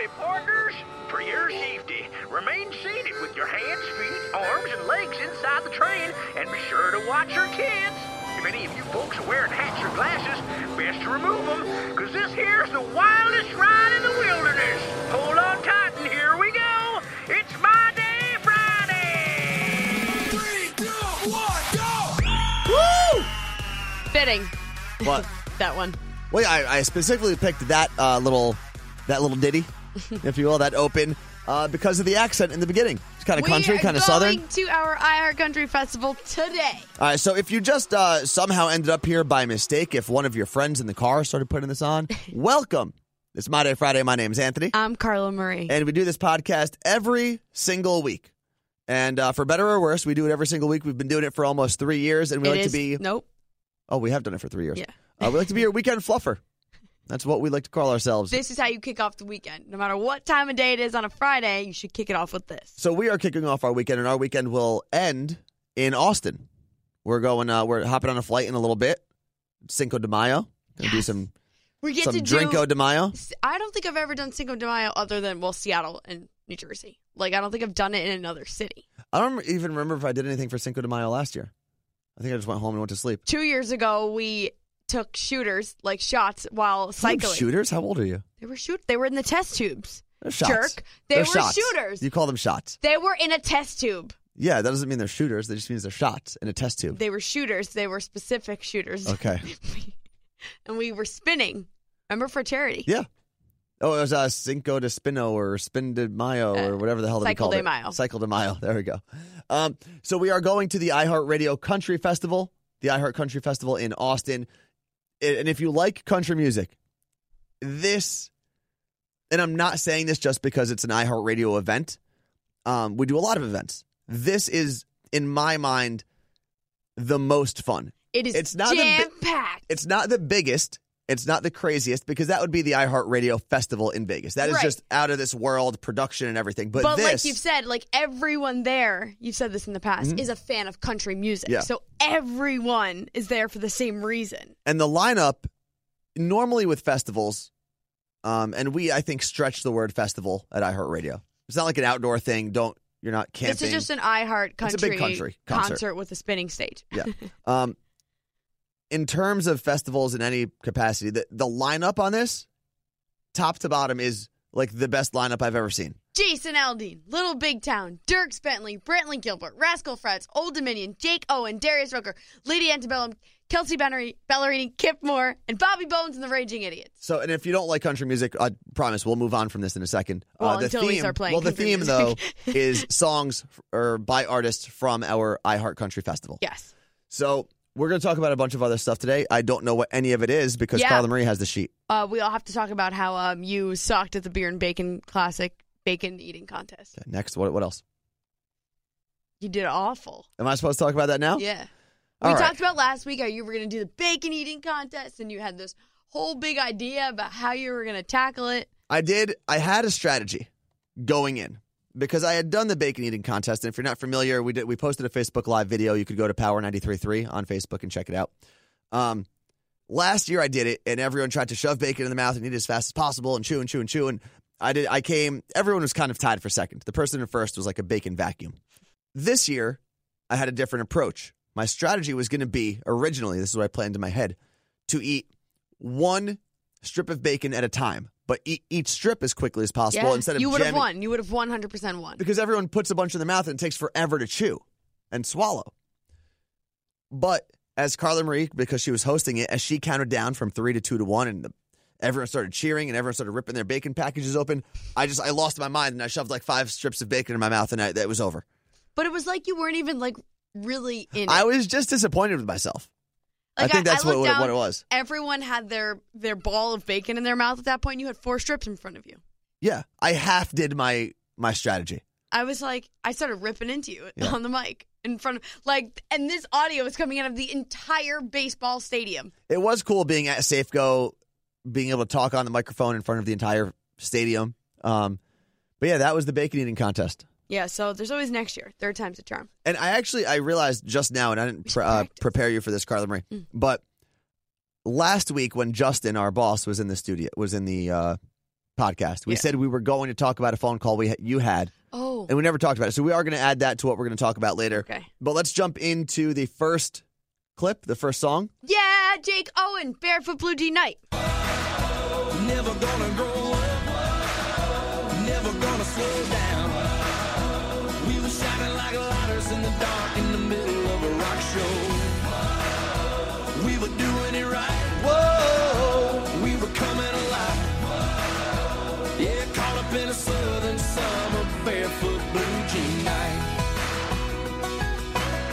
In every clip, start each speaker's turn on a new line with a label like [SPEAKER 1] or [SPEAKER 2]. [SPEAKER 1] it, partners. For your safety, remain seated with your hands, feet, arms, and legs inside the train, and be sure to watch your kids. If any of you folks are wearing hats or glasses, best to remove them, because this here's the wildest ride in the wilderness. Hold on tight, and here we go. It's my day Friday.
[SPEAKER 2] Three, two, one, go!
[SPEAKER 3] Woo!
[SPEAKER 4] Fitting.
[SPEAKER 3] What?
[SPEAKER 4] That one.
[SPEAKER 3] Well, yeah, I, I specifically picked that uh, little, that little ditty, if you will, that open, uh, because of the accent in the beginning. It's kind of country,
[SPEAKER 4] we are
[SPEAKER 3] kind of
[SPEAKER 4] going
[SPEAKER 3] southern.
[SPEAKER 4] to our IR Country Festival today.
[SPEAKER 3] All right, so if you just uh, somehow ended up here by mistake, if one of your friends in the car started putting this on, welcome. It's My Day Friday. My name's Anthony,
[SPEAKER 4] I'm Carla Marie.
[SPEAKER 3] and we do this podcast every single week. And uh, for better or worse, we do it every single week. We've been doing it for almost three years, and we
[SPEAKER 4] It
[SPEAKER 3] like
[SPEAKER 4] is-
[SPEAKER 3] to be.
[SPEAKER 4] Nope.
[SPEAKER 3] Oh, we have done it for three years.
[SPEAKER 4] Yeah.
[SPEAKER 3] Uh, we like to be your weekend fluffer. That's what we like to call ourselves.
[SPEAKER 4] This is how you kick off the weekend. No matter what time of day it is on a Friday, you should kick it off with this.
[SPEAKER 3] So we are kicking off our weekend, and our weekend will end in Austin. We're going. Uh, we're hopping on a flight in a little bit. Cinco de Mayo. Gonna do some
[SPEAKER 4] We get
[SPEAKER 3] some
[SPEAKER 4] to
[SPEAKER 3] Drinko
[SPEAKER 4] do.
[SPEAKER 3] de Mayo.
[SPEAKER 4] I don't think I've ever done Cinco de Mayo other than well Seattle and New Jersey. Like I don't think I've done it in another city.
[SPEAKER 3] I don't even remember if I did anything for Cinco de Mayo last year. I think I just went home and went to sleep.
[SPEAKER 4] Two years ago, we took shooters like shots while cycling.
[SPEAKER 3] Shooters? How old are you?
[SPEAKER 4] They were shoot. They were in the test tubes.
[SPEAKER 3] They're shots.
[SPEAKER 4] Jerk. They
[SPEAKER 3] They're
[SPEAKER 4] were
[SPEAKER 3] shots.
[SPEAKER 4] shooters.
[SPEAKER 3] You call them shots.
[SPEAKER 4] They were in a test tube.
[SPEAKER 3] Yeah, that doesn't mean they're shooters. That just means they're shots in a test tube.
[SPEAKER 4] They were shooters. They were specific shooters.
[SPEAKER 3] Okay.
[SPEAKER 4] and we were spinning. Remember for charity?
[SPEAKER 3] Yeah. Oh, it was uh, Cinco de Spino or Spin de Mayo or whatever the hell they
[SPEAKER 4] Uh, Cycle
[SPEAKER 3] called
[SPEAKER 4] de
[SPEAKER 3] it.
[SPEAKER 4] Mayo.
[SPEAKER 3] Cycle de Mayo. There we go. Um, so we are going to the iHeartRadio Country Festival, the iHeart Country Festival in Austin. I- And if you like country music, this, and I'm not saying this just because it's an iHeartRadio event. Um, we do a lot of events. This is, in my mind, the most fun.
[SPEAKER 4] It is
[SPEAKER 3] It's not the bi-
[SPEAKER 4] jam packed.
[SPEAKER 3] It's not the biggest. It's not the craziest because that would be the iHeartRadio Festival in Vegas. That is
[SPEAKER 4] Right.
[SPEAKER 3] just out of this world production and everything. But,
[SPEAKER 4] but
[SPEAKER 3] this, Mm-hmm.
[SPEAKER 4] like you've said, like everyone there, you've said this in the past, is a fan of country music.
[SPEAKER 3] Yeah.
[SPEAKER 4] So everyone is there for the same reason.
[SPEAKER 3] and the lineup normally with festivals, um, and we I think stretch the word festival at iHeartRadio. It's not like an outdoor thing. Don't you're not camping.
[SPEAKER 4] This is just an iHeart
[SPEAKER 3] It's a
[SPEAKER 4] country,
[SPEAKER 3] big country concert.
[SPEAKER 4] with a spinning stage.
[SPEAKER 3] yeah. Um, in terms of festivals in any capacity, the the lineup on this, top to bottom, is like the best lineup I've ever seen.
[SPEAKER 4] Jason Aldean, Little Big Town, Dirks Bentley, Brantley Gilbert, Rascal Flatts, Old Dominion, Jake Owen, Darius Rucker, Lady Antebellum, Kelsey Ballerini, Ballerini, Kip Moore, and Bobby Bones and the Raging Idiots.
[SPEAKER 3] So, and if you don't like country music, I promise we'll move on from this in a second. Uh,
[SPEAKER 4] Well,
[SPEAKER 3] the
[SPEAKER 4] until
[SPEAKER 3] theme,
[SPEAKER 4] we start playing
[SPEAKER 3] Well, the
[SPEAKER 4] country
[SPEAKER 3] theme
[SPEAKER 4] music.
[SPEAKER 3] though is songs f- or by artists from our iHeart Country Festival.
[SPEAKER 4] Yes.
[SPEAKER 3] So we're going to talk about a bunch of other stuff today. I don't know what any of it is because
[SPEAKER 4] Yeah.
[SPEAKER 3] Carla Marie has the sheet.
[SPEAKER 4] Uh, we all have to talk about how um, you sucked at the beer and bacon classic bacon eating contest.
[SPEAKER 3] Okay, next, what what else?
[SPEAKER 4] You did awful.
[SPEAKER 3] Am I supposed to talk about that now?
[SPEAKER 4] Yeah.
[SPEAKER 3] Oh. All
[SPEAKER 4] we
[SPEAKER 3] right.
[SPEAKER 4] talked about last week how you were going to do the bacon eating contest, and you had this whole big idea about how you were going to tackle it.
[SPEAKER 3] I did. I had a strategy going in because I had done the bacon eating contest. And if you're not familiar, we did. We posted a Facebook Live video. You could go to Power 93.3 on Facebook and check it out. Um, last year I did it, and everyone tried to shove bacon in the mouth and eat it as fast as possible and chew and chew and chew. And I did. I came. Everyone was kind of tied for second. The person in first was like a bacon vacuum. This year, I had a different approach. My strategy was going to be originally. This is what I planned in my head to eat one strip of bacon at a time, but eat each strip as quickly as possible instead of
[SPEAKER 4] you would have
[SPEAKER 3] jamming-
[SPEAKER 4] won. You would have 100% won.
[SPEAKER 3] because everyone puts a bunch in their mouth and it takes forever to chew and swallow. But as Carla Marie, because she was hosting it, as she counted down from three to two to one, and the, everyone started cheering and everyone started ripping their bacon packages open, I just I lost my mind and I shoved like five strips of bacon in my mouth and I, that was over.
[SPEAKER 4] But it was like you weren't even like really in it.
[SPEAKER 3] I was just disappointed with myself.
[SPEAKER 4] like,
[SPEAKER 3] I think that's what,
[SPEAKER 4] looked
[SPEAKER 3] what,
[SPEAKER 4] down,
[SPEAKER 3] what it was.
[SPEAKER 4] Everyone had their their ball of bacon in their mouth at that point. You had four strips in front of you.
[SPEAKER 3] Yeah, I half did my my strategy.
[SPEAKER 4] I was like, I started ripping into you
[SPEAKER 3] Yeah.
[SPEAKER 4] on the mic in front of like, and this audio was coming out of the entire baseball stadium.
[SPEAKER 3] It was cool being at Safeco, being able to talk on the microphone in front of the entire stadium. Um, but yeah, that was the bacon eating contest.
[SPEAKER 4] Yeah, so there's always next year. Third time's a charm.
[SPEAKER 3] And I actually I realized just now, and I didn't pre- uh,
[SPEAKER 4] practice. Mm.
[SPEAKER 3] prepare you for this, Carla Marie. But last week when Justin, our boss, was in the studio, was in the uh, podcast. We
[SPEAKER 4] Yeah.
[SPEAKER 3] said we were going to talk about a phone call we ha- you had,
[SPEAKER 4] Oh,
[SPEAKER 3] and we never talked about it. So we are going to add that to what we're going to talk about later.
[SPEAKER 4] okay.
[SPEAKER 3] But let's jump into the first clip, the first song.
[SPEAKER 4] Yeah, Jake Owen, Barefoot Blue Jean Knight.
[SPEAKER 2] Never gonna grow up. Never gonna slow down. We were shining like lighters in the dark in the middle of a rock show. We were doing it right. Whoa, we were coming alive. Yeah, caught up in a southern summer, barefoot blue jean night.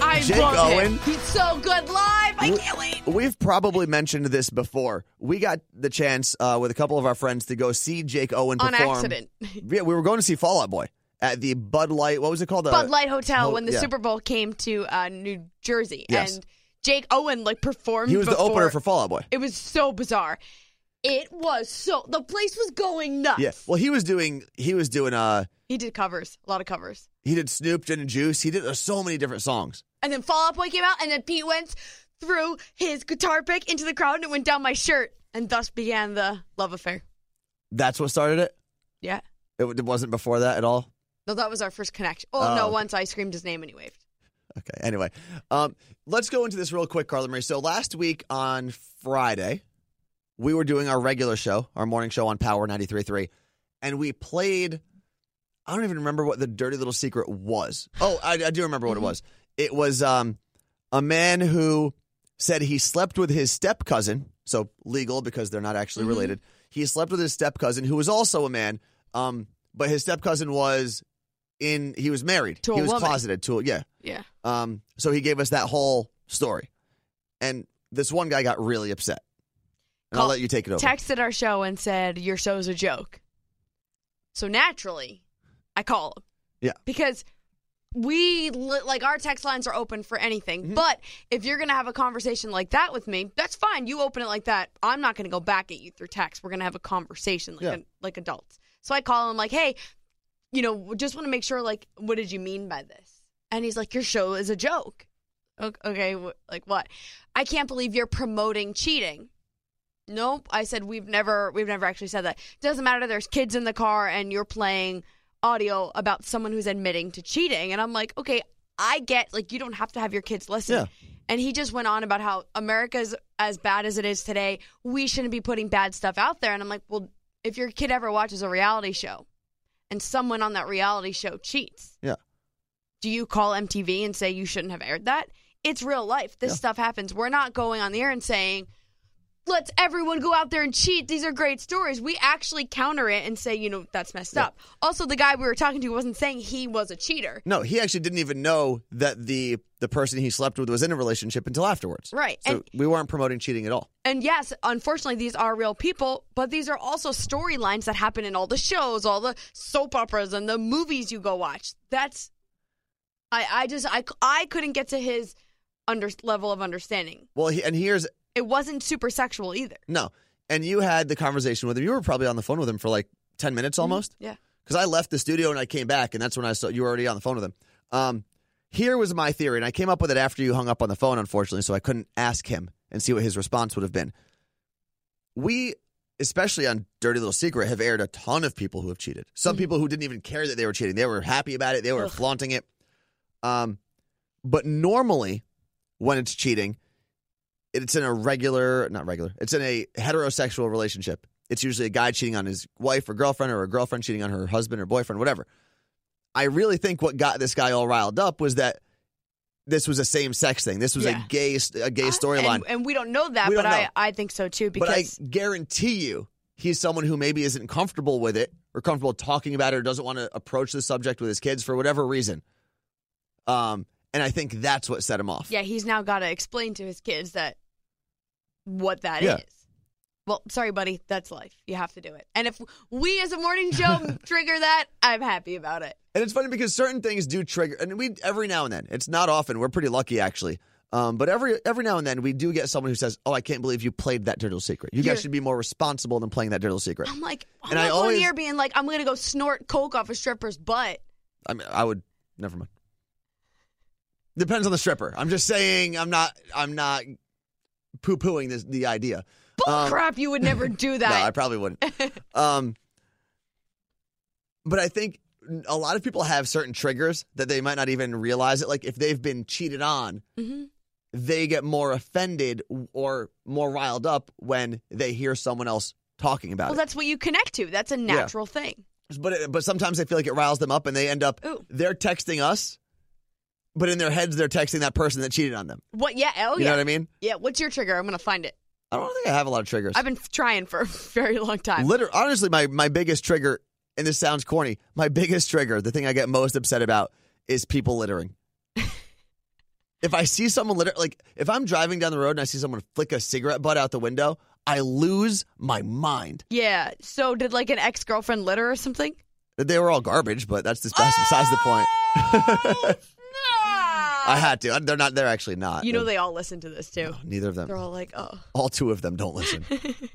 [SPEAKER 4] I
[SPEAKER 3] Jake
[SPEAKER 4] love
[SPEAKER 3] Owen?
[SPEAKER 4] him. He's so good live. I
[SPEAKER 3] W-
[SPEAKER 4] can't wait.
[SPEAKER 3] We've probably mentioned this before. We got the chance uh, with a couple of our friends to go see Jake Owen
[SPEAKER 4] On
[SPEAKER 3] perform. Uh,
[SPEAKER 4] accident.
[SPEAKER 3] Yeah, we were going to see Fallout Boy at the Bud Light. What was it called? The-
[SPEAKER 4] Bud Light Hotel
[SPEAKER 3] oh,
[SPEAKER 4] when the
[SPEAKER 3] yeah.
[SPEAKER 4] Super Bowl came to uh, New Jersey,
[SPEAKER 3] Yes.
[SPEAKER 4] and Jake Owen like performed.
[SPEAKER 3] He was the opener
[SPEAKER 4] before-
[SPEAKER 3] for Fallout Boy.
[SPEAKER 4] It was so bizarre. It was so the place was going nuts.
[SPEAKER 3] Yeah. Well, he was doing. He was doing. Uh,
[SPEAKER 4] he did covers, a lot of covers,
[SPEAKER 3] he did Snoop Gin and Juice. He did uh, so many different songs.
[SPEAKER 4] and then Fall Out Boy came out, and then Pete Wentz threw his guitar pick into the crowd, and it went down my shirt, and thus began the love affair.
[SPEAKER 3] That's what started it.
[SPEAKER 4] Yeah.
[SPEAKER 3] It, w- it wasn't before that at all.
[SPEAKER 4] No, that was our first connection. Oh, no,
[SPEAKER 3] Oh.
[SPEAKER 4] once I screamed his name and he waved.
[SPEAKER 3] Okay. Anyway, um, let's go into this real quick, Carla Marie. So last week on Friday, we were doing our regular show, our morning show on Power 93.3, and we played. I don't even remember what the dirty little secret was. Oh, I, I do remember
[SPEAKER 4] Mm-hmm.
[SPEAKER 3] what it was. It was um, a man who said he slept with his step cousin, so legal because they're not actually
[SPEAKER 4] Mhm.
[SPEAKER 3] related. He slept with his step cousin, who was also a man, um, but his step cousin was in. He was married.
[SPEAKER 4] To a
[SPEAKER 3] he was
[SPEAKER 4] woman.
[SPEAKER 3] closeted to. a- Yeah.
[SPEAKER 4] Yeah.
[SPEAKER 3] Um, so he gave us that whole story, and this one guy got really upset. And I'll
[SPEAKER 4] Call-
[SPEAKER 3] let you take it over.
[SPEAKER 4] Texted our show and said, Your show's a joke. So naturally, I call him.
[SPEAKER 3] Yeah.
[SPEAKER 4] Because we, li- like, our text lines are open for anything.
[SPEAKER 3] Mm-hmm.
[SPEAKER 4] But if you're going to have a conversation like that with me, that's fine. You open it like that. I'm not going to go back at you through text. We're going to have a conversation like,
[SPEAKER 3] Yeah.
[SPEAKER 4] an- like adults. So I call him, like, Hey, you know, just want to make sure, like, what did you mean by this? And he's like, Your show is a joke. O- Okay, wh- like what? I can't believe you're promoting cheating. Nope, I said we've never we've never actually said that. Doesn't matter. There's kids in the car, and you're playing audio about someone who's admitting to cheating. And I'm like, okay, I get like you don't have to have your kids listen. And he just went on about how America's as bad as it is today. We shouldn't be putting bad stuff out there. And I'm like, well, if your kid ever watches a reality show, and someone on that reality show cheats,
[SPEAKER 3] Yeah.
[SPEAKER 4] do you call MTV and say you shouldn't have aired that? It's real life. This stuff happens. We're not going on the air and saying, let's everyone go out there and cheat. These are great stories. We actually counter it and say, you know, that's messed up. Also, the guy we were talking to wasn't saying he was a cheater.
[SPEAKER 3] No, he actually didn't even know that the the person he slept with was in a relationship until afterwards.
[SPEAKER 4] Right,
[SPEAKER 3] So
[SPEAKER 4] and-
[SPEAKER 3] we weren't promoting cheating at all.
[SPEAKER 4] And yes, unfortunately, these are real people, but these are also storylines that happen in all the shows, all the soap operas, and the movies you go watch. That's, I, I just, I, c- I couldn't get to his under level of understanding.
[SPEAKER 3] Well, he, and here's
[SPEAKER 4] It wasn't super sexual either.
[SPEAKER 3] no. And you had the conversation with him. You were probably on the phone with him for like ten minutes
[SPEAKER 4] Mm-hmm.
[SPEAKER 3] almost.
[SPEAKER 4] Yeah.
[SPEAKER 3] Because I left the studio and I came back, and that's when I saw you were already on the phone with him. Um, here was my theory, and I came up with it after you hung up on the phone, unfortunately, so I couldn't ask him and see what his response would have been. We, especially on Dirty Little Secret, have aired a ton of people who have cheated. Some people who didn't even care that they were cheating, they were happy about it, they were
[SPEAKER 4] Mm-hmm. Ugh.
[SPEAKER 3] flaunting it. Um, but normally, when it's cheating, it's in a regular, not regular, it's in a heterosexual relationship. It's usually a guy cheating on his wife or girlfriend, or a girlfriend cheating on her husband or boyfriend, whatever. I really think what got this guy all riled up was that this was a same sex thing. This was
[SPEAKER 4] Yeah.
[SPEAKER 3] a gay a gay
[SPEAKER 4] I-
[SPEAKER 3] storyline.
[SPEAKER 4] and, and we don't know that,
[SPEAKER 3] We
[SPEAKER 4] but
[SPEAKER 3] don't know.
[SPEAKER 4] I, I think so too because
[SPEAKER 3] But I guarantee you, he's someone who maybe isn't comfortable with it or comfortable talking about it or doesn't want to approach the subject with his kids for whatever reason. Um, and I think that's what set him off.
[SPEAKER 4] Yeah, he's now got to explain to his kids that what that is.
[SPEAKER 3] Yeah.
[SPEAKER 4] Well, sorry, buddy. That's life. You have to do it. And if we as a morning show trigger that, I'm happy about it.
[SPEAKER 3] And it's funny because certain things do trigger, and we every now and then. It's not often. We're pretty lucky actually. Um, but every every now and then we do get someone who says, "Oh, I can't believe you played that Dirtle Secret. You
[SPEAKER 4] You're-
[SPEAKER 3] guys should be more responsible than playing that Dirtle Secret."
[SPEAKER 4] I'm like, I'm
[SPEAKER 3] And
[SPEAKER 4] not
[SPEAKER 3] I
[SPEAKER 4] going
[SPEAKER 3] always-
[SPEAKER 4] here being like, I'm going to go snort coke off a stripper's butt.
[SPEAKER 3] I mean, I would never mind. Depends on the stripper. I'm just saying. I'm not. I'm not poo pooing this the idea.
[SPEAKER 4] Bull crap, you would never do
[SPEAKER 3] Um, No, I
[SPEAKER 4] that.
[SPEAKER 3] probably wouldn't. um, but I think a lot of people have certain triggers that they might not even realize it. Like if they've been cheated on,
[SPEAKER 4] Mhm.
[SPEAKER 3] they get more offended or more riled up when they hear someone else talking about
[SPEAKER 4] Well,
[SPEAKER 3] it.
[SPEAKER 4] that's what you connect to. That's a natural thing.
[SPEAKER 3] But it, but sometimes they feel like it riles them up, and they end up
[SPEAKER 4] Ooh.
[SPEAKER 3] they're texting us, but in their heads they're texting that person that cheated on them.
[SPEAKER 4] What? Yeah. Oh,
[SPEAKER 3] you
[SPEAKER 4] yeah.
[SPEAKER 3] know what I mean?
[SPEAKER 4] Yeah. What's your trigger? I'm gonna find it.
[SPEAKER 3] I don't think I have a lot of triggers.
[SPEAKER 4] I've been f- trying for a very long time.
[SPEAKER 3] Liter- honestly, my, my biggest trigger, and this sounds corny, my biggest trigger, the thing I get most upset about is people littering. if I see someone litter, like if I'm driving down the road and I see someone flick a cigarette butt out the window, I lose my mind.
[SPEAKER 4] yeah. So did like an ex girlfriend litter or something?
[SPEAKER 3] They were all garbage, but that's just that's besides the point.
[SPEAKER 4] Ah!
[SPEAKER 3] I had to. They're not. They're actually not.
[SPEAKER 4] You know they all listen to this too.
[SPEAKER 3] neither of them.
[SPEAKER 4] They're all like, oh,
[SPEAKER 3] All two of them don't listen.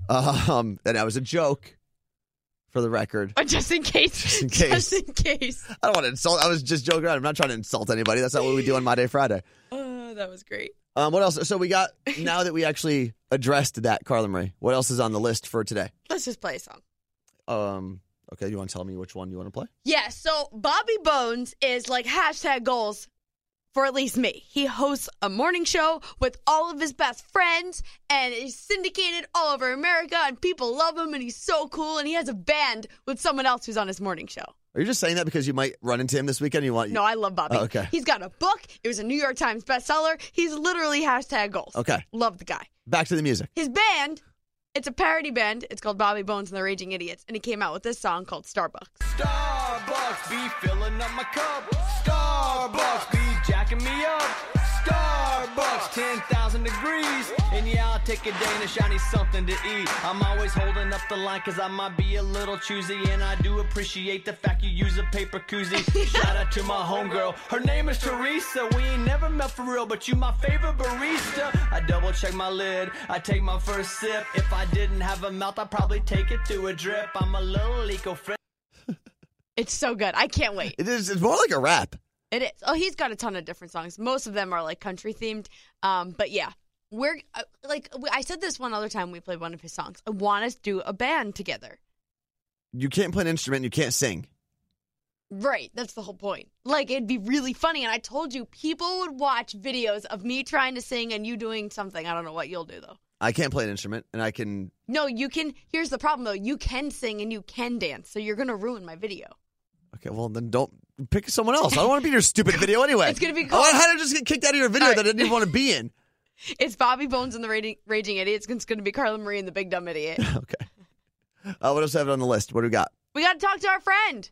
[SPEAKER 3] um, and that was a joke, for the record.
[SPEAKER 4] Oh, just in case,
[SPEAKER 3] Just in case.
[SPEAKER 4] just in case.
[SPEAKER 3] I don't want to insult. I was just joking around. I'm not trying to insult anybody. That's not what we do on My Day Friday.
[SPEAKER 4] Oh, that was great.
[SPEAKER 3] Um, what else? So we got now that we actually addressed that, Carla Marie. What else is on the list for today?
[SPEAKER 4] Let's just play a song.
[SPEAKER 3] Um, okay, you want to tell me which one you want to play?
[SPEAKER 4] Yeah, so Bobby Bones is like hashtag goals for at least me. He hosts a morning show with all of his best friends and he's syndicated all over America and people love him and he's so cool and he has a band with someone else who's on his morning show.
[SPEAKER 3] Are you just saying that because you might run into him this weekend? You want
[SPEAKER 4] No, I love Bobby.
[SPEAKER 3] Oh, okay.
[SPEAKER 4] He's got a book. It was a New York Times bestseller. He's literally hashtag goals.
[SPEAKER 3] Okay.
[SPEAKER 4] Love the guy.
[SPEAKER 3] Back to the music.
[SPEAKER 4] His band, it's a parody band. It's called Bobby Bones and the Raging Idiots. And he came out with this song called Starbucks.
[SPEAKER 5] Starbucks be filling up my cup. Starbucks be jacking me up. Starbucks 10,000 degrees. And yeah, I'll take a Danish, I need something to eat. I'm always holding up the line cause I might be a little choosy. And I do appreciate the fact you use a paper koozie. Shout out to my homegirl. Her name is Teresa. We ain't never met for real, but you my favorite barista. I double check my lid. I take my first sip. If I didn't have a mouth, I'd probably take it through a drip. I'm a little eco-friendly.
[SPEAKER 4] It's so good. I can't wait.
[SPEAKER 3] It is. It's more like a rap.
[SPEAKER 4] It is. Oh, he's got a ton of different songs. Most of them are like country themed. Um, but yeah, we're uh, like we- I said this one other time we played one of his songs. I want us to do a band together.
[SPEAKER 3] You can't play an instrument. You can't sing.
[SPEAKER 4] Right, that's the whole point. Like it'd be really funny, and I told you people would watch videos of me trying to sing and you doing something. I don't know what you'll do though.
[SPEAKER 3] I can't play an instrument, and I can.
[SPEAKER 4] No, you can. Here's the problem though: you can sing and you can dance, so you're gonna ruin my video.
[SPEAKER 3] Okay, well then don't pick someone else. I don't want to be in your stupid video anyway.
[SPEAKER 4] It's gonna be
[SPEAKER 3] I want- how did I just get kicked out of your video
[SPEAKER 4] All right.
[SPEAKER 3] that I didn't even want to be in?
[SPEAKER 4] It's Bobby Bones and the Raging, Raging Idiots. It's gonna be Carla Marie and the Big Dumb Idiot.
[SPEAKER 3] Okay. Uh, what else have it on the list? What do we got?
[SPEAKER 4] We gotta talk to our friend,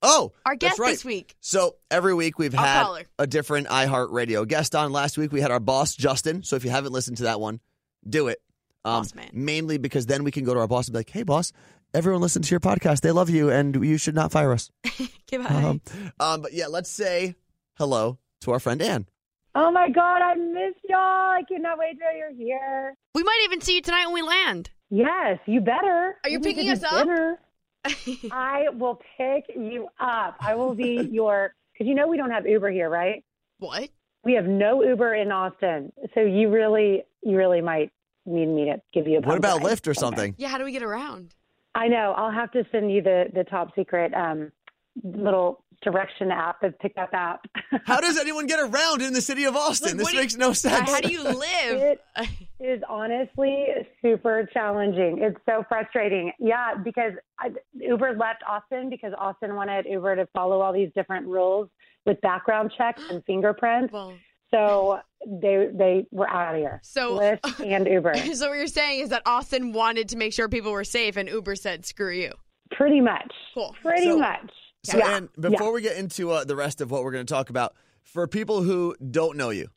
[SPEAKER 3] Oh,
[SPEAKER 4] our
[SPEAKER 3] that's
[SPEAKER 4] guest
[SPEAKER 3] right.
[SPEAKER 4] this week.
[SPEAKER 3] So every week we've
[SPEAKER 4] I'll
[SPEAKER 3] had
[SPEAKER 4] call her.
[SPEAKER 3] a different iHeartRadio guest on. Last week we had our boss Justin. So if you haven't listened to that one, do it. Um,
[SPEAKER 4] Boss man.
[SPEAKER 3] Mainly because then we can go to our boss and be like, "Hey, boss, everyone listens to your podcast. They love you, and you should not fire us."
[SPEAKER 4] Goodbye.
[SPEAKER 3] Um, um, but yeah, let's say hello to our friend Anne.
[SPEAKER 6] Oh my god, I miss y'all. I cannot wait till you're here.
[SPEAKER 4] We might even see you tonight when we land.
[SPEAKER 6] Yes, you better.
[SPEAKER 4] Are you
[SPEAKER 6] We need
[SPEAKER 4] picking
[SPEAKER 6] to
[SPEAKER 4] us
[SPEAKER 6] do
[SPEAKER 4] up?
[SPEAKER 6] dinner. I will pick you up. I will be your because you know we don't have Uber here, right?
[SPEAKER 4] What?
[SPEAKER 6] We have no Uber in Austin, so you really, you really might need me to give you a.
[SPEAKER 4] Oh,
[SPEAKER 3] What
[SPEAKER 6] pump
[SPEAKER 3] about
[SPEAKER 6] ride
[SPEAKER 3] Lyft or something?
[SPEAKER 4] Yeah, how do we get around?
[SPEAKER 6] I know. I'll have to send you the the top secret um, little direction app, the pickup app.
[SPEAKER 3] How does anyone get around in the city of
[SPEAKER 4] Like,
[SPEAKER 3] Austin? this
[SPEAKER 4] what do you-
[SPEAKER 3] makes no
[SPEAKER 4] Uh,
[SPEAKER 3] sense.
[SPEAKER 4] how do you live?
[SPEAKER 6] It is honestly super challenging. It's so frustrating. Yeah, because I, Uber left Austin because Austin wanted Uber to follow all these different rules with background checks and fingerprints.
[SPEAKER 4] well,
[SPEAKER 6] So they they were out of here.
[SPEAKER 4] So-
[SPEAKER 6] Lyft and Uber,
[SPEAKER 4] so what you're saying is that Austin wanted to make sure people were safe, and Uber said, "Screw you."
[SPEAKER 6] pretty much.
[SPEAKER 4] Cool.
[SPEAKER 6] Pretty
[SPEAKER 3] So-
[SPEAKER 6] much.
[SPEAKER 3] So,
[SPEAKER 6] yeah.
[SPEAKER 3] Ann, before we get into uh, the rest of what we're going to talk about, for people who don't know you,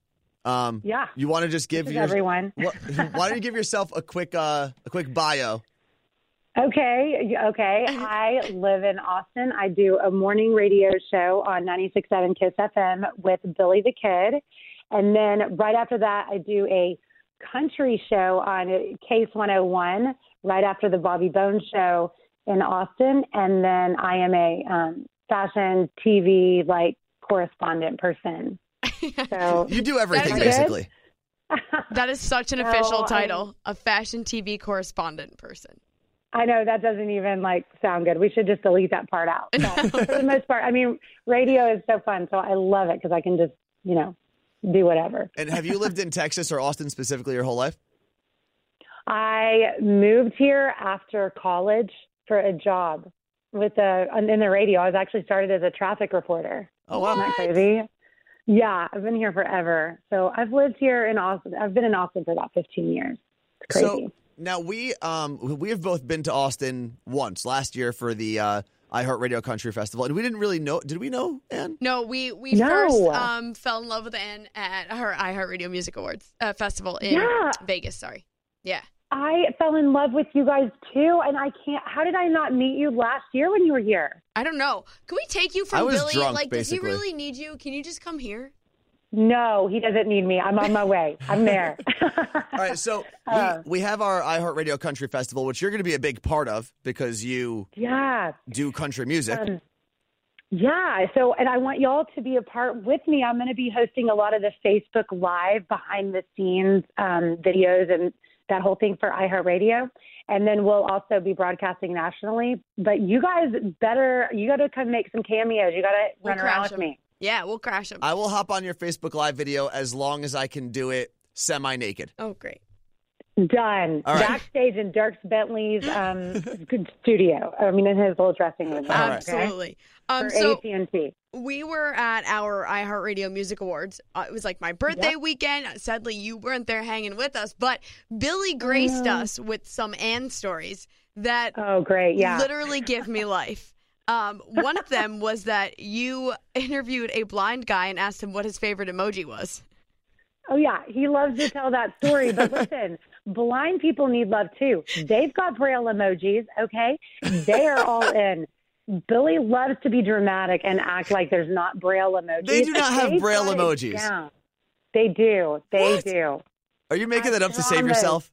[SPEAKER 3] um,
[SPEAKER 6] Yeah.
[SPEAKER 3] you want to just give
[SPEAKER 6] This is
[SPEAKER 3] your
[SPEAKER 6] everyone.
[SPEAKER 3] What, why don't you give yourself a quick, uh, a quick bio?
[SPEAKER 6] Okay, y- okay. I live in Austin. I do a morning radio show on 96.7 Kiss FM with Billy the Kid. And then right after that, I do a country show on Case 101 right after the Bobby Bones show in Austin. And then I am a um, fashion TV like correspondent person. So
[SPEAKER 3] You do everything
[SPEAKER 4] That's
[SPEAKER 6] it.
[SPEAKER 3] basically.
[SPEAKER 4] That is such an
[SPEAKER 6] No,
[SPEAKER 4] official
[SPEAKER 6] I-
[SPEAKER 4] title, a fashion TV correspondent person.
[SPEAKER 6] I know that doesn't even like sound good. We should just delete that part out. So, for the most part, I mean, radio is so fun, so I love it because I can just you know do whatever.
[SPEAKER 3] And have you lived in Texas or Austin specifically your whole life?
[SPEAKER 6] I moved here after college for a job with the in the radio. I was actually started as a traffic reporter.
[SPEAKER 3] Oh wow.
[SPEAKER 6] Isn't that crazy? Yeah, I've been here forever. So I've lived here in Austin. I've been in Austin for about 15 years. It's crazy.
[SPEAKER 3] So now we um we have both been to Austin once last year for the uh, iHeartRadio Country Festival, and we didn't really know. Did we know, Anne?
[SPEAKER 4] No, we we
[SPEAKER 6] No.
[SPEAKER 4] first um, fell in love with Anne at her iHeartRadio Music Awards uh, festival in
[SPEAKER 6] Yeah.
[SPEAKER 4] Vegas. Sorry, yeah,
[SPEAKER 6] I fell in love with you guys too, and I can't. How did I not meet you last year when you were here?
[SPEAKER 4] I don't know. Can we take you from
[SPEAKER 3] I was
[SPEAKER 4] Billy?
[SPEAKER 3] drunk,
[SPEAKER 4] like, does he
[SPEAKER 3] basically.
[SPEAKER 4] really need you? Can you just come here?
[SPEAKER 6] No, he doesn't need me. I'm on my way. I'm there.
[SPEAKER 3] All right, so we, we have our iHeartRadio Country Festival, which you're going to be a big part of because you
[SPEAKER 6] yeah.
[SPEAKER 3] do country music.
[SPEAKER 6] Yeah. So, and I want y'all to be a part with me. I'm going to be hosting a lot of the Facebook Live behind the scenes um, videos and that whole thing for iHeartRadio. And then we'll also be broadcasting nationally. But you guys better, you got to come make some cameos. You got to
[SPEAKER 4] We'll
[SPEAKER 6] run around
[SPEAKER 4] crash
[SPEAKER 6] with
[SPEAKER 4] him.
[SPEAKER 6] me.
[SPEAKER 4] Yeah, we'll crash him.
[SPEAKER 3] I will hop on your Facebook Live video as long as I can do it semi naked.
[SPEAKER 4] oh, great.
[SPEAKER 6] Done.
[SPEAKER 3] All right.
[SPEAKER 6] Backstage in Dirks Bentley's um, good studio. I mean, in his little dressing room.
[SPEAKER 4] Absolutely. Um,
[SPEAKER 6] For
[SPEAKER 4] so
[SPEAKER 6] AT&T.
[SPEAKER 4] we were at our iHeartRadio Music Awards. Uh, it was like my birthday weekend. Sadly, you weren't there hanging with us, but Billy graced us with some Anne stories that
[SPEAKER 6] Oh, great. Yeah.
[SPEAKER 4] literally give me life. Um, one of them was that you interviewed a blind guy and asked him what his favorite emoji was.
[SPEAKER 6] Oh yeah, he loves to tell that story. But listen, blind people need love too. They've got braille emojis, okay? They are all in. Billy loves to be dramatic and act like there's not braille emojis.
[SPEAKER 3] They do not have braille
[SPEAKER 6] got it
[SPEAKER 3] emojis.
[SPEAKER 6] down. They do. They
[SPEAKER 3] What?
[SPEAKER 6] do.
[SPEAKER 3] Are you making
[SPEAKER 6] I
[SPEAKER 3] that up to save
[SPEAKER 6] promise.
[SPEAKER 3] yourself?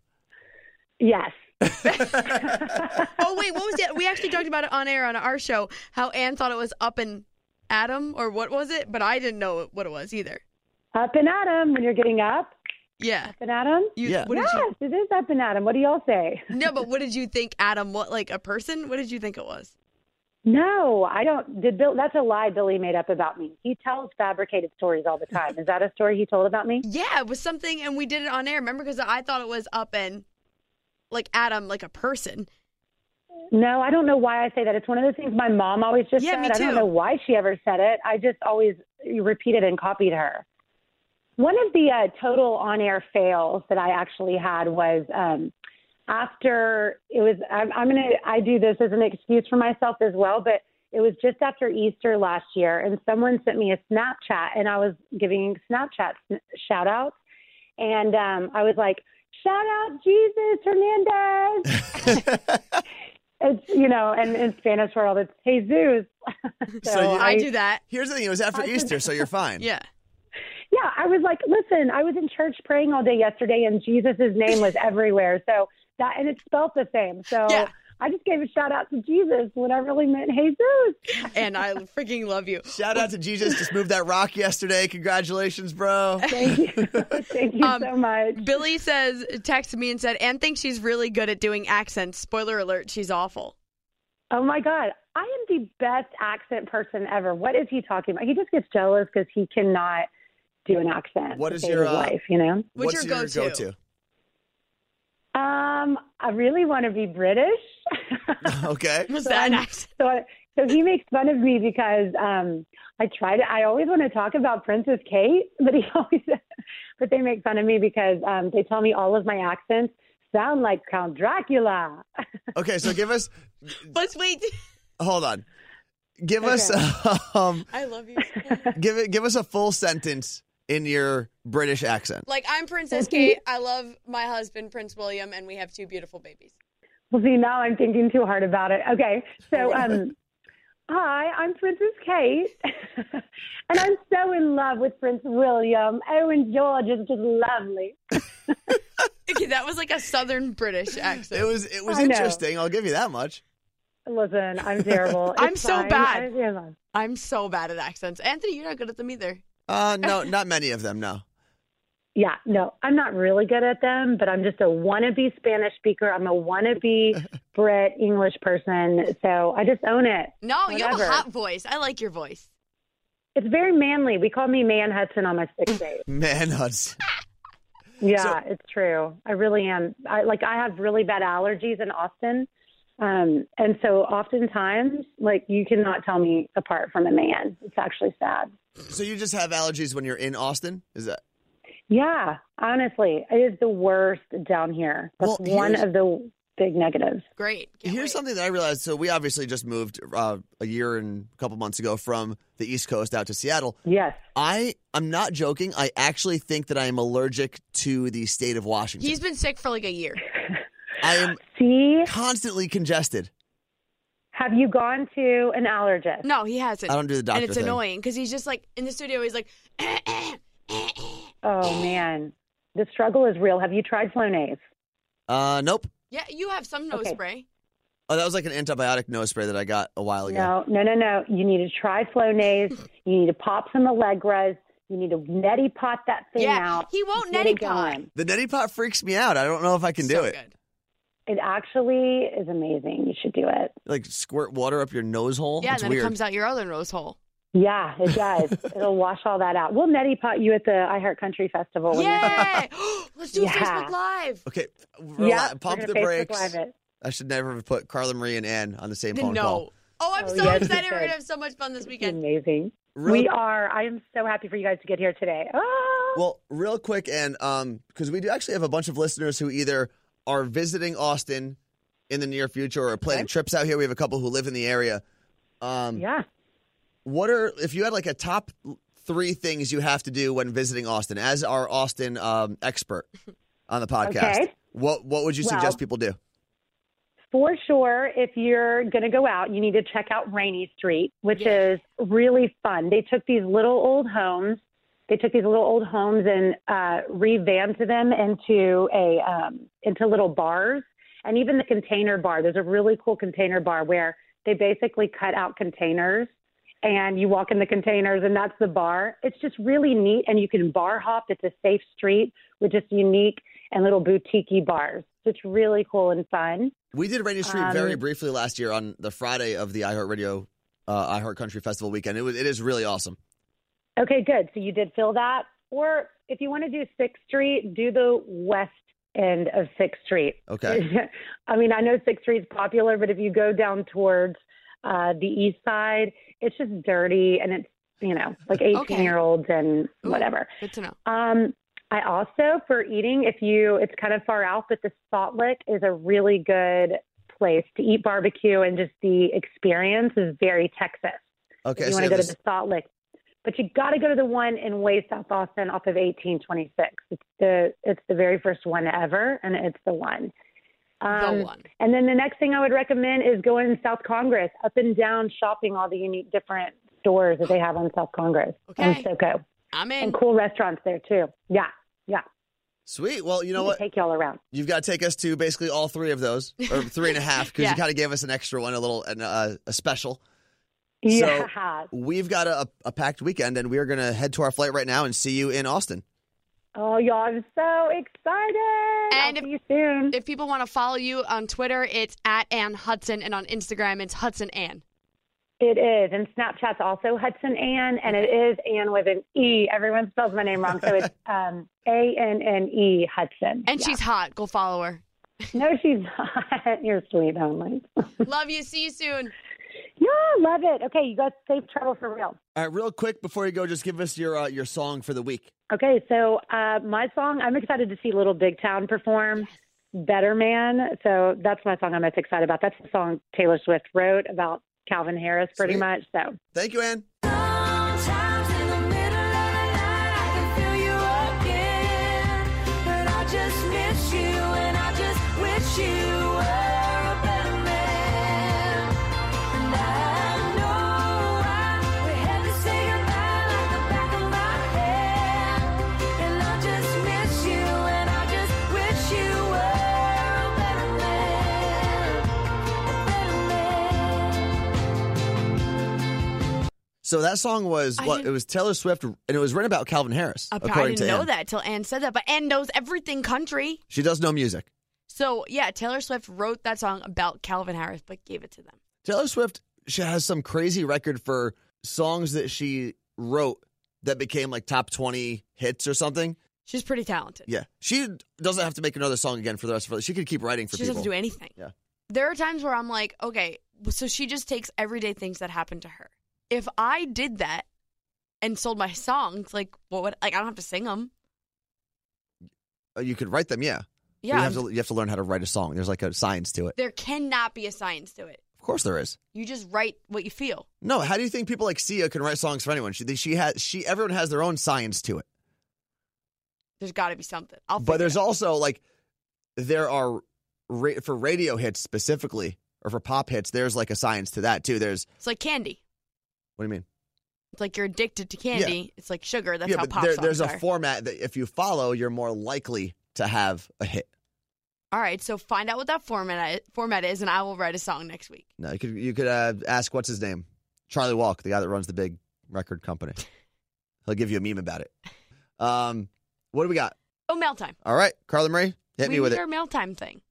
[SPEAKER 6] Yes.
[SPEAKER 4] Oh wait, what was it? We actually talked about it on air on our show. How Anne thought it was up and Adam or what was it? But I didn't know what it was either.
[SPEAKER 6] Up and at 'em when you're getting up.
[SPEAKER 4] Yeah.
[SPEAKER 6] Up and at 'em.
[SPEAKER 4] You,
[SPEAKER 3] Yeah.
[SPEAKER 4] What did
[SPEAKER 6] Yes, it is up and at 'em. What do y'all say?
[SPEAKER 4] you, no, but what did you think, Adam? What like a person? What did you think it was?
[SPEAKER 6] No, I don't. Did Bill? That's a lie Billy made up about me. He tells fabricated stories all the time. Is that a story he told about me?
[SPEAKER 4] Yeah, it was something, and we did it on air. Remember, because I thought it was up and like Adam, like a person.
[SPEAKER 6] No, I don't know why I say that. It's one of those things my mom always just
[SPEAKER 4] Yeah,
[SPEAKER 6] said.
[SPEAKER 4] me
[SPEAKER 6] I
[SPEAKER 4] too.
[SPEAKER 6] don't know why she ever said it. I just always repeated and copied her. One of the uh, total on-air fails that I actually had was um, after it was. I'm, I'm gonna. I do this as an excuse for myself as well, but it was just after Easter last year, and someone sent me a Snapchat, and I was giving Snapchat sn- shout outs, and um, I was like, "Shout out Jesus Hernandez." It's you know, and in Spanish world, it's Jesus. so
[SPEAKER 3] So you-
[SPEAKER 4] I do that.
[SPEAKER 3] Here's the thing: it was after Easter, so you're fine.
[SPEAKER 4] Yeah.
[SPEAKER 6] Yeah, I was like, listen, I was in church praying all day yesterday, and Jesus' name was everywhere. So that, and it's spelled the same. So
[SPEAKER 4] Yeah.
[SPEAKER 6] I just gave a shout out to Jesus when I really meant Jesus.
[SPEAKER 4] And I freaking love you.
[SPEAKER 3] Shout out to Jesus. Just moved that rock yesterday. Congratulations, bro.
[SPEAKER 6] Thank you, thank you
[SPEAKER 4] Um,
[SPEAKER 6] so much.
[SPEAKER 4] Billy says, texted me and said, Anne thinks she's really good at doing accents. Spoiler alert, she's awful.
[SPEAKER 6] Oh my God, I am the best accent person ever. What is he talking about? He just gets jealous because he cannot do an accent.
[SPEAKER 3] What
[SPEAKER 6] to
[SPEAKER 3] is
[SPEAKER 6] save
[SPEAKER 3] your,
[SPEAKER 6] his
[SPEAKER 3] uh,
[SPEAKER 6] life? You know.
[SPEAKER 4] What's your
[SPEAKER 3] your
[SPEAKER 4] go-to?
[SPEAKER 3] go-to?
[SPEAKER 6] Um, I really want to be British.
[SPEAKER 3] Okay.
[SPEAKER 4] Was that an
[SPEAKER 6] I'm-
[SPEAKER 4] accent?
[SPEAKER 6] So, I- so he makes fun of me because um, I try to. I always want to talk about Princess Kate, but he always, but they make fun of me because um, they tell me all of my accents sound like Count Dracula.
[SPEAKER 3] Okay, so give us.
[SPEAKER 4] But wait,
[SPEAKER 3] Hold on. Give us. Um,
[SPEAKER 4] I love you.
[SPEAKER 3] give it. Give us a full sentence in your British accent.
[SPEAKER 4] like, I'm Princess Kate. I love my husband, Prince William, and we have two beautiful babies.
[SPEAKER 6] well, see, now I'm thinking too hard about it. Okay, so um, hi, I'm Princess Kate, and I'm so in love with Prince William. Oh, and George is just lovely.
[SPEAKER 4] Okay, that was like a Southern British accent.
[SPEAKER 3] It was. It was
[SPEAKER 6] I know.
[SPEAKER 3] interesting. I'll give you that much.
[SPEAKER 6] Listen, I'm terrible.
[SPEAKER 4] I'm
[SPEAKER 6] It's
[SPEAKER 4] so
[SPEAKER 6] fine.
[SPEAKER 4] bad.
[SPEAKER 6] I'm terrible.
[SPEAKER 4] I'm so bad at accents. Anthony, you're not good at them either.
[SPEAKER 3] Uh, no, not many of them. No.
[SPEAKER 6] Yeah, no, I'm not really good at them, but I'm just a wannabe Spanish speaker. I'm a wannabe Brit English person, so I just own it.
[SPEAKER 4] No, you have a
[SPEAKER 6] Whatever.
[SPEAKER 4] hot voice. I like your voice.
[SPEAKER 6] It's very manly. We call me Man Hudson on my sick day.
[SPEAKER 3] Man, Hudson.
[SPEAKER 6] Yeah, it's true. I really am. I like I have really bad allergies in Austin. Um, and so oftentimes, like you cannot tell me apart from a man. It's actually sad.
[SPEAKER 3] So you just have allergies when you're in Austin? Is that
[SPEAKER 6] Yeah, honestly, it is the worst down here. That's
[SPEAKER 3] Well,
[SPEAKER 6] one
[SPEAKER 3] here's-
[SPEAKER 6] of the big negatives.
[SPEAKER 4] Great. Can't
[SPEAKER 3] Here's
[SPEAKER 4] wait.
[SPEAKER 3] something that I realized. So we obviously just moved uh, a year and a couple months ago from the East Coast out to Seattle.
[SPEAKER 6] Yes.
[SPEAKER 3] I I'm not joking. I actually think that I am allergic to the state of Washington.
[SPEAKER 4] He's been sick for like a year.
[SPEAKER 3] I am
[SPEAKER 6] See,
[SPEAKER 3] constantly congested.
[SPEAKER 6] have you gone to an allergist?
[SPEAKER 4] No, he hasn't.
[SPEAKER 3] I don't do the doctor
[SPEAKER 4] And it's
[SPEAKER 3] thing.
[SPEAKER 4] annoying because he's just like in the studio. He's like,
[SPEAKER 6] Oh man, the struggle is real. Have you tried Flonase?
[SPEAKER 3] Uh, nope.
[SPEAKER 4] "Yeah, you have some nose
[SPEAKER 6] Okay.
[SPEAKER 4] spray."
[SPEAKER 3] Oh, that was like an antibiotic nose spray that I got a while ago.
[SPEAKER 6] No, no, no, no. You need to try Flonase. you need to pop some Allegras. You need to neti pot that thing
[SPEAKER 4] Yeah,
[SPEAKER 6] out.
[SPEAKER 4] he won't
[SPEAKER 6] Get
[SPEAKER 4] neti
[SPEAKER 6] it
[SPEAKER 4] pot.
[SPEAKER 6] going.
[SPEAKER 3] The neti pot freaks me out. I don't know if I can do
[SPEAKER 4] so
[SPEAKER 3] it. Oh,
[SPEAKER 4] Good.
[SPEAKER 6] It actually is amazing. You should do it.
[SPEAKER 3] Like squirt water up your nose hole.
[SPEAKER 4] Yeah,
[SPEAKER 3] it's
[SPEAKER 4] and then
[SPEAKER 3] weird.
[SPEAKER 4] it comes out your other nose hole.
[SPEAKER 6] Yeah, it does. It'll wash all that out. We'll neti pot you at the I Heart Country Festival. when you're-
[SPEAKER 4] Yay! Let's do
[SPEAKER 6] Oh, Yeah.
[SPEAKER 4] Facebook Live.
[SPEAKER 3] okay, relax,
[SPEAKER 6] we're
[SPEAKER 3] pump
[SPEAKER 6] gonna
[SPEAKER 3] the
[SPEAKER 6] Facebook
[SPEAKER 3] brakes.
[SPEAKER 6] Live it.
[SPEAKER 3] I should never have put Carla Marie and Ann on the same
[SPEAKER 4] Then
[SPEAKER 3] phone
[SPEAKER 4] no.
[SPEAKER 3] call.
[SPEAKER 4] Oh, I'm
[SPEAKER 6] Oh,
[SPEAKER 4] so excited.
[SPEAKER 6] yes, you
[SPEAKER 4] We're gonna
[SPEAKER 6] should.
[SPEAKER 4] have so much fun this
[SPEAKER 6] It's
[SPEAKER 4] weekend.
[SPEAKER 6] amazing.
[SPEAKER 3] Real-
[SPEAKER 6] We are. I am so happy for you guys to get here today. Ah!
[SPEAKER 3] Well, real quick, and um, because we do actually have a bunch of listeners who either are visiting Austin in the near future or are planning trips out here. We have a couple who live in the area. Um,
[SPEAKER 6] yeah.
[SPEAKER 3] What are if you had like a top three things you have to do when visiting Austin as our Austin um, expert on the podcast?
[SPEAKER 6] Okay.
[SPEAKER 3] What what would you
[SPEAKER 6] Well-
[SPEAKER 3] suggest people do?
[SPEAKER 6] For sure, if you're going to go out, you need to check out Rainy Street, which
[SPEAKER 4] Yeah.
[SPEAKER 6] is really fun. They took these little old homes, they took these little old homes and uh, revamped them into a um, into little bars, and even the container bar. There's a really cool container bar where they basically cut out containers, and you walk in the containers, and that's the bar. It's just really neat, and you can bar hop. It's a safe street with just unique and little boutiquey bars. So it's really cool and fun.
[SPEAKER 3] We did Rainy Street very
[SPEAKER 6] Um,
[SPEAKER 3] briefly last year on the Friday of the iHeartRadio uh, iHeart Country Festival weekend. It was it is really awesome.
[SPEAKER 6] Okay, good. So you did fill that. Or if you want to do Sixth Street, do the west end of Sixth Street.
[SPEAKER 3] Okay.
[SPEAKER 6] I mean, I know Sixth Street's popular, but if you go down towards uh, the east side, it's just dirty and it's, you know, like 18
[SPEAKER 4] Okay.
[SPEAKER 6] year olds and
[SPEAKER 4] Ooh.
[SPEAKER 6] whatever.
[SPEAKER 4] Good to know.
[SPEAKER 6] Um, I also, for eating, if you, it's kind of far out, but the Salt Lick is a really good place to eat barbecue and just the experience is very Texas
[SPEAKER 3] Okay,
[SPEAKER 6] you
[SPEAKER 3] so
[SPEAKER 6] want to
[SPEAKER 3] yeah,
[SPEAKER 6] go to
[SPEAKER 3] this-
[SPEAKER 6] the Salt Lick. But you got to go to the one in Way South Austin off of 1826. It's the it's the very first one ever, and it's the one. Um,
[SPEAKER 4] the one.
[SPEAKER 6] And then the next thing I would recommend is going to South Congress, up and down, shopping all the unique different stores that they have on South Congress
[SPEAKER 4] Okay.
[SPEAKER 6] and SoCo,
[SPEAKER 4] I'm in.
[SPEAKER 6] and cool restaurants there too. Yeah, yeah.
[SPEAKER 3] sweet. Well, you know
[SPEAKER 6] They
[SPEAKER 3] what?
[SPEAKER 6] Take y'all around.
[SPEAKER 3] You've got to take us to basically all three of those, or three and a half, because
[SPEAKER 4] Yeah.
[SPEAKER 3] you kind of gave us an extra one, a little an, uh, a special. So-
[SPEAKER 6] Yeah.
[SPEAKER 3] We've got a, a packed weekend, and we are going to head to our flight right now and see you in Austin.
[SPEAKER 6] Oh, y'all! I'm so excited.
[SPEAKER 4] And
[SPEAKER 6] I'll see you soon.
[SPEAKER 4] If people want to follow you on Twitter, it's at Ann Hudson, and on Instagram, it's Hudson Ann.
[SPEAKER 6] It is, and Snapchat's also Hudson Ann, and it is Ann with an E. Everyone spells my name wrong, so it's um, A N N E Hudson.
[SPEAKER 4] And she's hot. Go follow her.
[SPEAKER 6] no, she's not. You're sweet only.
[SPEAKER 4] Love you. See you soon.
[SPEAKER 6] yeah, love it. Okay, you guys, safe travel for real.
[SPEAKER 3] All right, real quick before you go, just give us your uh, your song for the week.
[SPEAKER 6] Okay, so uh, my song, I'm excited to see Little Big Town perform Better Man. So that's my song I'm most excited about. That's the song Taylor Swift wrote about Calvin Harris, pretty
[SPEAKER 3] Sweet.
[SPEAKER 6] much. So
[SPEAKER 3] Thank you, Ann.
[SPEAKER 7] Sometimes in the middle of the night, I can feel you again. But I just miss you, and I just wish you were a better man. And I know I would have to say goodbye like the back of my hand. And I just miss you, and I just wish you were a better man, a better man.
[SPEAKER 3] So that song was
[SPEAKER 4] I
[SPEAKER 3] what
[SPEAKER 4] didn't-
[SPEAKER 3] it was Taylor Swift, and it was written about Calvin Harris.
[SPEAKER 4] Appa- I
[SPEAKER 3] according
[SPEAKER 4] didn't
[SPEAKER 3] to
[SPEAKER 4] know
[SPEAKER 3] Ann.
[SPEAKER 4] that till Anne said that, but Anne knows everything country.
[SPEAKER 3] She does know music.
[SPEAKER 4] So yeah, Taylor Swift wrote that song about Calvin Harris, but gave it to them.
[SPEAKER 3] Taylor Swift, she has some crazy record for songs that she wrote that became like top 20 hits or something.
[SPEAKER 4] She's pretty talented.
[SPEAKER 3] Yeah. She doesn't have to make another song again for the rest of her life. She could keep writing for
[SPEAKER 4] she
[SPEAKER 3] people.
[SPEAKER 4] doesn't do anything.
[SPEAKER 3] Yeah.
[SPEAKER 4] There are times where I'm like, okay, so she just takes everyday things that happen to her. If I did that and sold my songs, like what would like I don't have to sing them.
[SPEAKER 3] Uh, you could write them, yeah. But
[SPEAKER 4] Yeah.
[SPEAKER 3] You have,
[SPEAKER 4] I'm-
[SPEAKER 3] to, you have to learn how to write a song. There's like a science to it.
[SPEAKER 4] there cannot be a science to it.
[SPEAKER 3] Of course there is.
[SPEAKER 4] You just write what you feel.
[SPEAKER 3] No, how do you think people like Sia can write songs for anyone? She, she has, she, everyone has their own science to it.
[SPEAKER 4] There's got to be something. I'll
[SPEAKER 3] But
[SPEAKER 4] figure it
[SPEAKER 3] there's
[SPEAKER 4] out.
[SPEAKER 3] also like, there are ra- for radio hits specifically, or for pop hits. There's like a science to that too. There's
[SPEAKER 4] it's like candy.
[SPEAKER 3] what do you mean?
[SPEAKER 4] It's like you're addicted to candy. It's like sugar. That's
[SPEAKER 3] yeah,
[SPEAKER 4] how
[SPEAKER 3] but
[SPEAKER 4] pop
[SPEAKER 3] there-
[SPEAKER 4] songs
[SPEAKER 3] there's
[SPEAKER 4] are.
[SPEAKER 3] a format that if you follow, you're more likely to have a hit.
[SPEAKER 4] All right, so find out what that format format is, and I will write a song next week.
[SPEAKER 3] No, you could you could uh, ask what's his name, Charlie Walk, the guy that runs the big record company. He'll give you a meme about it. Um, what do we got?
[SPEAKER 4] Oh, mail time.
[SPEAKER 3] All right, Carla Marie, hit
[SPEAKER 4] we
[SPEAKER 3] me with
[SPEAKER 4] need
[SPEAKER 3] it.
[SPEAKER 4] our mail time thing.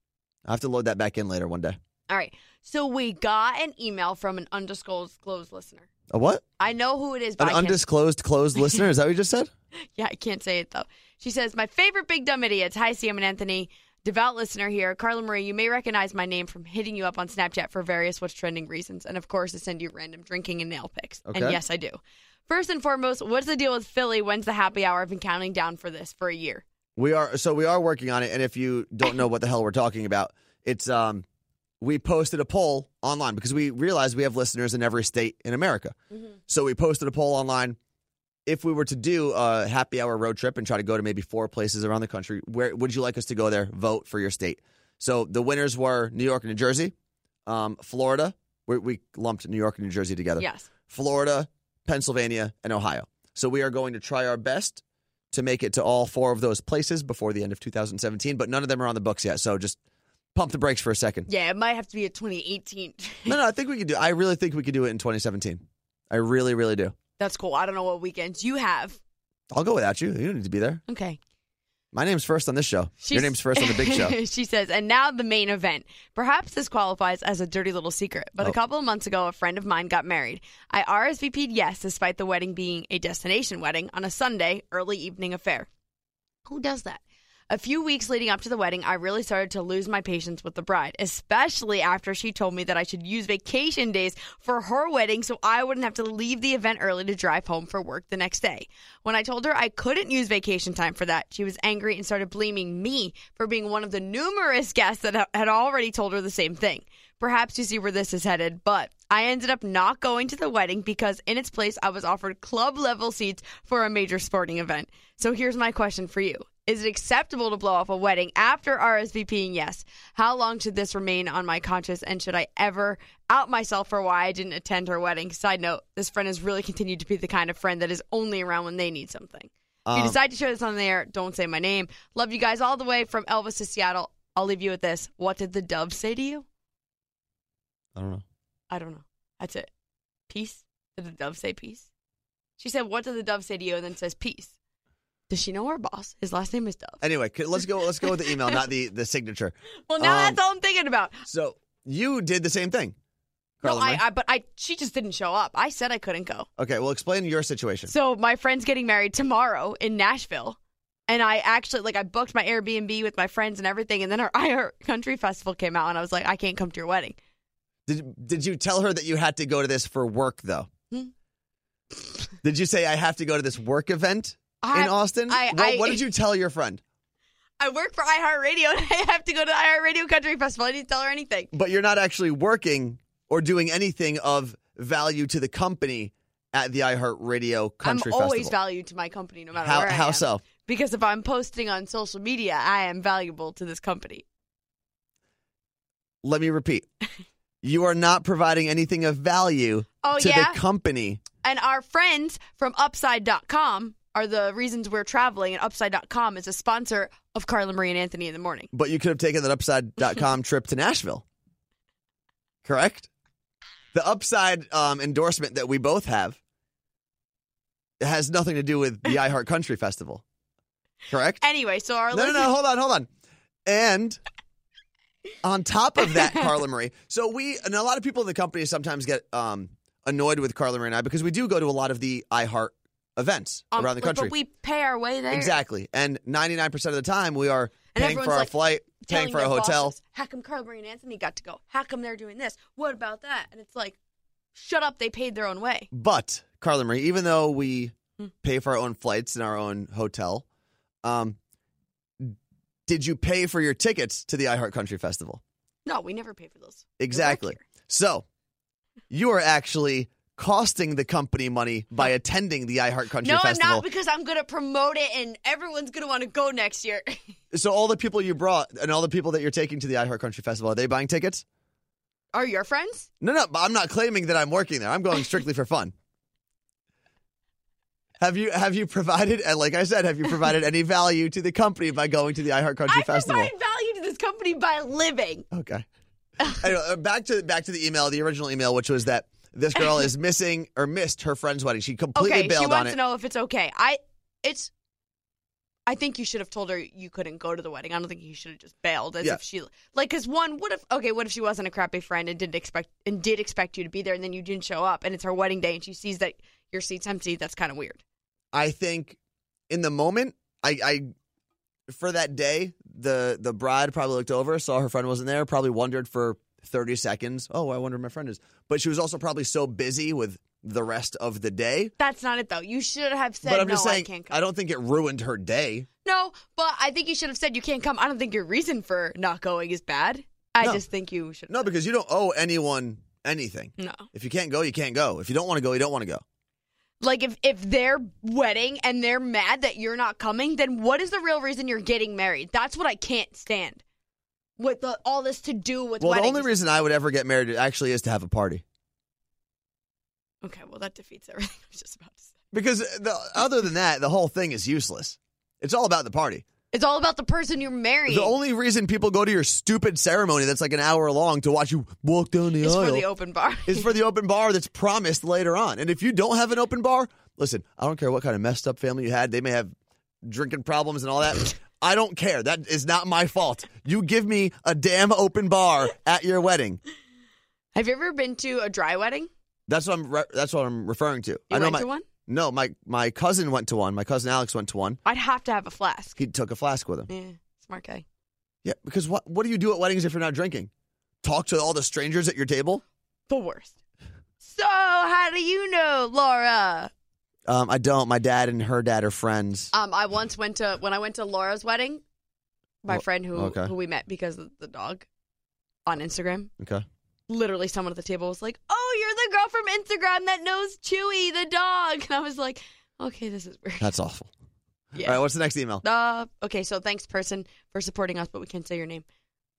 [SPEAKER 3] I have to load that back in later one day.
[SPEAKER 4] All right, so we got an email from an undisclosed listener.
[SPEAKER 3] A what?
[SPEAKER 4] I know who it is, but
[SPEAKER 3] An
[SPEAKER 4] I can't,
[SPEAKER 3] undisclosed closed listener? Is that what you just said?
[SPEAKER 4] yeah, I can't say it though. She says, "My favorite big dumb idiots." Hi, Sam and Anthony, devout listener here. Carla Marie, you may recognize my name from hitting you up on Snapchat for various what's trending reasons, and of course, I send you random drinking and nail pics. And
[SPEAKER 3] Okay.
[SPEAKER 4] yes, I do. First and foremost, what's the deal with Philly? When's the happy hour? I've been counting down for this for a year.
[SPEAKER 3] We are so we are working on it, and if you don't know what the hell we're talking about, it's um we posted a poll online because we realized we have listeners in every state in America. So we posted a poll online. If we were to do a happy hour road trip and try to go to maybe four places around the country, where would you like us to go there? Vote for your state. So the winners were New York and New Jersey, um, Florida. We, we lumped New York and New Jersey together.
[SPEAKER 4] Yes.
[SPEAKER 3] Florida, Pennsylvania, and Ohio. So we are going to try our best to make it to all four of those places before the end of 2017, but none of them are on the books yet. So just pump the brakes for a second.
[SPEAKER 4] Yeah, it might have to be a 2018.
[SPEAKER 3] No, no, I think we could do. I really think we could do it in 2017. I really, really do.
[SPEAKER 4] That's cool. I don't know what weekends you have.
[SPEAKER 3] I'll go without you. You don't need to be there.
[SPEAKER 4] Okay.
[SPEAKER 3] My name's first on this show. Your
[SPEAKER 4] She's-
[SPEAKER 3] name's first on the big show.
[SPEAKER 4] she says, and now the main event. Perhaps this qualifies as a dirty little secret, but
[SPEAKER 3] Oh.
[SPEAKER 4] a couple of months ago, a friend of mine got married. I RSVP'd yes, despite the wedding being a destination wedding on a Sunday, early evening affair. Who does that? A few weeks leading up to the wedding, I really started to lose my patience with the bride, especially after she told me that I should use vacation days for her wedding so I wouldn't have to leave the event early to drive home for work the next day. When I told her I couldn't use vacation time for that, she was angry and started blaming me for being one of the numerous guests that ha- had already told her the same thing. Perhaps you see where this is headed, but I ended up not going to the wedding because in its place I was offered club level seats for a major sporting event. So here's my question for you. Is it acceptable to blow off a wedding after RSVPing yes? How long should this remain on my conscience and should I ever out myself for why I didn't attend her wedding? Side note, this friend has really continued to be the kind of friend that is only around when they need something. If you
[SPEAKER 3] Um,
[SPEAKER 4] decide to share this on the air, don't say my name. Love you guys all the way from Elvis to Seattle. I'll leave you with this. What did the dove say to you?
[SPEAKER 3] I don't know.
[SPEAKER 4] I don't know. That's it. Peace? Did the dove say peace? She said, What did the dove say to you? And then says peace. Does she know her boss? His last name is Dove.
[SPEAKER 3] Anyway, c- let's go. Let's go with the email, not the the signature.
[SPEAKER 4] Well, now
[SPEAKER 3] Um,
[SPEAKER 4] that's all I'm thinking about.
[SPEAKER 3] So you did the same thing. Carla
[SPEAKER 4] no, I,
[SPEAKER 3] Marie.
[SPEAKER 4] I, but I, she just didn't show up. I said I couldn't go.
[SPEAKER 3] okay, well, explain your situation.
[SPEAKER 4] So my friend's getting married tomorrow in Nashville. And I actually like I booked my Airbnb with my friends and everything, and then our IR Country Festival came out, and I was like, I can't come to your wedding.
[SPEAKER 3] Did did you tell her that you had to go to this for work though?
[SPEAKER 4] Hmm.
[SPEAKER 3] did you say I have to go to this work event
[SPEAKER 4] I-
[SPEAKER 3] in Austin?
[SPEAKER 4] I-
[SPEAKER 3] what,
[SPEAKER 4] I-
[SPEAKER 3] what did you tell your friend?
[SPEAKER 4] I work for iHeartRadio, and I have to go to the iHeartRadio Country Festival. I didn't tell her anything.
[SPEAKER 3] But you're not actually working or doing anything of value to the company at the iHeartRadio Country
[SPEAKER 4] I'm always
[SPEAKER 3] Festival.
[SPEAKER 4] valued to my company, no matter
[SPEAKER 3] How-
[SPEAKER 4] where I
[SPEAKER 3] how
[SPEAKER 4] am.
[SPEAKER 3] so?
[SPEAKER 4] Because if I'm posting on social media, I am valuable to this company.
[SPEAKER 3] Let me repeat. You are not providing anything of value
[SPEAKER 4] Oh,
[SPEAKER 3] to
[SPEAKER 4] yeah?
[SPEAKER 3] the company.
[SPEAKER 4] And our friends from Upside.com are the reasons we're traveling, and Upside.com is a sponsor of Carla Marie and Anthony in the morning.
[SPEAKER 3] But you could have taken that upside.com trip to Nashville. Correct? The upside um, endorsement that we both have It has nothing to do with the I Heart Country Festival, correct?
[SPEAKER 4] Anyway, so our
[SPEAKER 3] No, no,
[SPEAKER 4] listeners,
[SPEAKER 3] no. Hold on, hold on. And on top of that, Carla Marie. So we and a lot of people in the company sometimes get um, annoyed with Carla Marie and I because we do go to a lot of the I Heart events
[SPEAKER 4] um,
[SPEAKER 3] around the
[SPEAKER 4] but-
[SPEAKER 3] country.
[SPEAKER 4] but we pay our way there.
[SPEAKER 3] Exactly. And 99% of the time, we are
[SPEAKER 4] And
[SPEAKER 3] paying for
[SPEAKER 4] everyone's
[SPEAKER 3] our
[SPEAKER 4] like
[SPEAKER 3] flight,
[SPEAKER 4] telling
[SPEAKER 3] paying for
[SPEAKER 4] their
[SPEAKER 3] a hotel.
[SPEAKER 4] bosses, How come Carl Marie and Anthony got to go? How come they're doing this? What about that? And it's like, shut up. They paid their own way.
[SPEAKER 3] But, Carla Marie, even though we
[SPEAKER 4] Hmm.
[SPEAKER 3] pay for our own flights and our own hotel, um, did you pay for your tickets to the iHeart Country Festival?
[SPEAKER 4] No, we never pay for those. They're back
[SPEAKER 3] Exactly.
[SPEAKER 4] here.
[SPEAKER 3] So, you are actually costing the company money by attending the iHeart Country
[SPEAKER 4] No,
[SPEAKER 3] Festival.
[SPEAKER 4] I'm not because I'm gonna promote it and everyone's gonna want to go next year.
[SPEAKER 3] so, all the people you brought and all the people that you're taking to the iHeart Country Festival, are they buying tickets?
[SPEAKER 4] Are your friends?
[SPEAKER 3] No, no, but I'm not claiming that I'm working there. I'm going strictly for fun. Have you have you provided and like I said, have you provided any value to the company by going to the iHeart Country
[SPEAKER 4] I
[SPEAKER 3] Festival?
[SPEAKER 4] provide value to this company by living.
[SPEAKER 3] Okay. anyway, uh, back to back to the email, the original email, which was that this girl is missing or missed her friend's wedding. She completely
[SPEAKER 4] Okay, she
[SPEAKER 3] bailed on
[SPEAKER 4] wants
[SPEAKER 3] it.
[SPEAKER 4] to know if it's okay. I, it's. I think you should have told her you couldn't go to the wedding. I don't think you should have just bailed as
[SPEAKER 3] Yeah.
[SPEAKER 4] if she like because one what if okay what if she wasn't a crappy friend and didn't expect and did expect you to be there and then you didn't show up and it's her wedding day and she sees that your seat's empty. That's kind of weird.
[SPEAKER 3] I think in the moment, I, I for that day, the the bride probably looked over, saw her friend wasn't there, probably wondered for thirty seconds. Oh, I wonder where my friend is. But she was also probably so busy with the rest of the day.
[SPEAKER 4] That's not it though. You should have said
[SPEAKER 3] but I'm
[SPEAKER 4] no.
[SPEAKER 3] just
[SPEAKER 4] I
[SPEAKER 3] saying,
[SPEAKER 4] can't come.
[SPEAKER 3] don't think it ruined her day.
[SPEAKER 4] No, but I think you should have said you can't come. I don't think your reason for not going is bad. I
[SPEAKER 3] No.
[SPEAKER 4] just think you should.
[SPEAKER 3] No, because you don't owe anyone anything.
[SPEAKER 4] no,
[SPEAKER 3] If you can't go, you can't go. If you don't want to go, you don't want to go.
[SPEAKER 4] like if if they're wedding and they're mad that you're not coming, then what is the real reason you're getting married? That's what I can't stand. With the, all this to do with
[SPEAKER 3] Well,
[SPEAKER 4] weddings.
[SPEAKER 3] the only reason I would ever get married actually is to have a party.
[SPEAKER 4] Okay, well that defeats everything I was just about to say.
[SPEAKER 3] Because the, other than that, the whole thing is useless. It's all about the party.
[SPEAKER 4] It's all about the person you're marrying.
[SPEAKER 3] The only reason people go to your stupid ceremony that's like an hour long to watch you walk down the
[SPEAKER 4] is
[SPEAKER 3] aisle
[SPEAKER 4] for the open bar.
[SPEAKER 3] is for the open bar that's promised later on. And if you don't have an open bar, listen, I don't care what kind of messed up family you had. They may have drinking problems and all that. I don't care. That is not my fault. You give me a damn open bar at your wedding.
[SPEAKER 4] have you ever been to a dry wedding?
[SPEAKER 3] That's what I'm. Re- that's what I'm referring to.
[SPEAKER 4] You
[SPEAKER 3] I know
[SPEAKER 4] went
[SPEAKER 3] my,
[SPEAKER 4] to one?
[SPEAKER 3] No, my my cousin went to one. My cousin Alex went to one.
[SPEAKER 4] I'd have to have a flask.
[SPEAKER 3] He took a flask with him.
[SPEAKER 4] Yeah, smart guy.
[SPEAKER 3] Yeah, because what what do you do at weddings if you're not drinking? Talk to all the strangers at your table.
[SPEAKER 4] The worst. So how do you know, Laura?
[SPEAKER 3] Um, I don't. My dad and her dad are friends.
[SPEAKER 4] Um, I once went to when I went to Laura's wedding, my
[SPEAKER 3] Wha-
[SPEAKER 4] friend who
[SPEAKER 3] okay.
[SPEAKER 4] who we met because of the dog on Instagram.
[SPEAKER 3] Okay.
[SPEAKER 4] Literally, someone at the table was like, "Oh, you're the girl from Instagram that knows Chewy the dog," and I was like, "Okay, this is weird."
[SPEAKER 3] That's awful.
[SPEAKER 4] yeah.
[SPEAKER 3] All right. What's the next email?
[SPEAKER 4] Uh, okay, so thanks, person, for supporting us, but we can't say your name.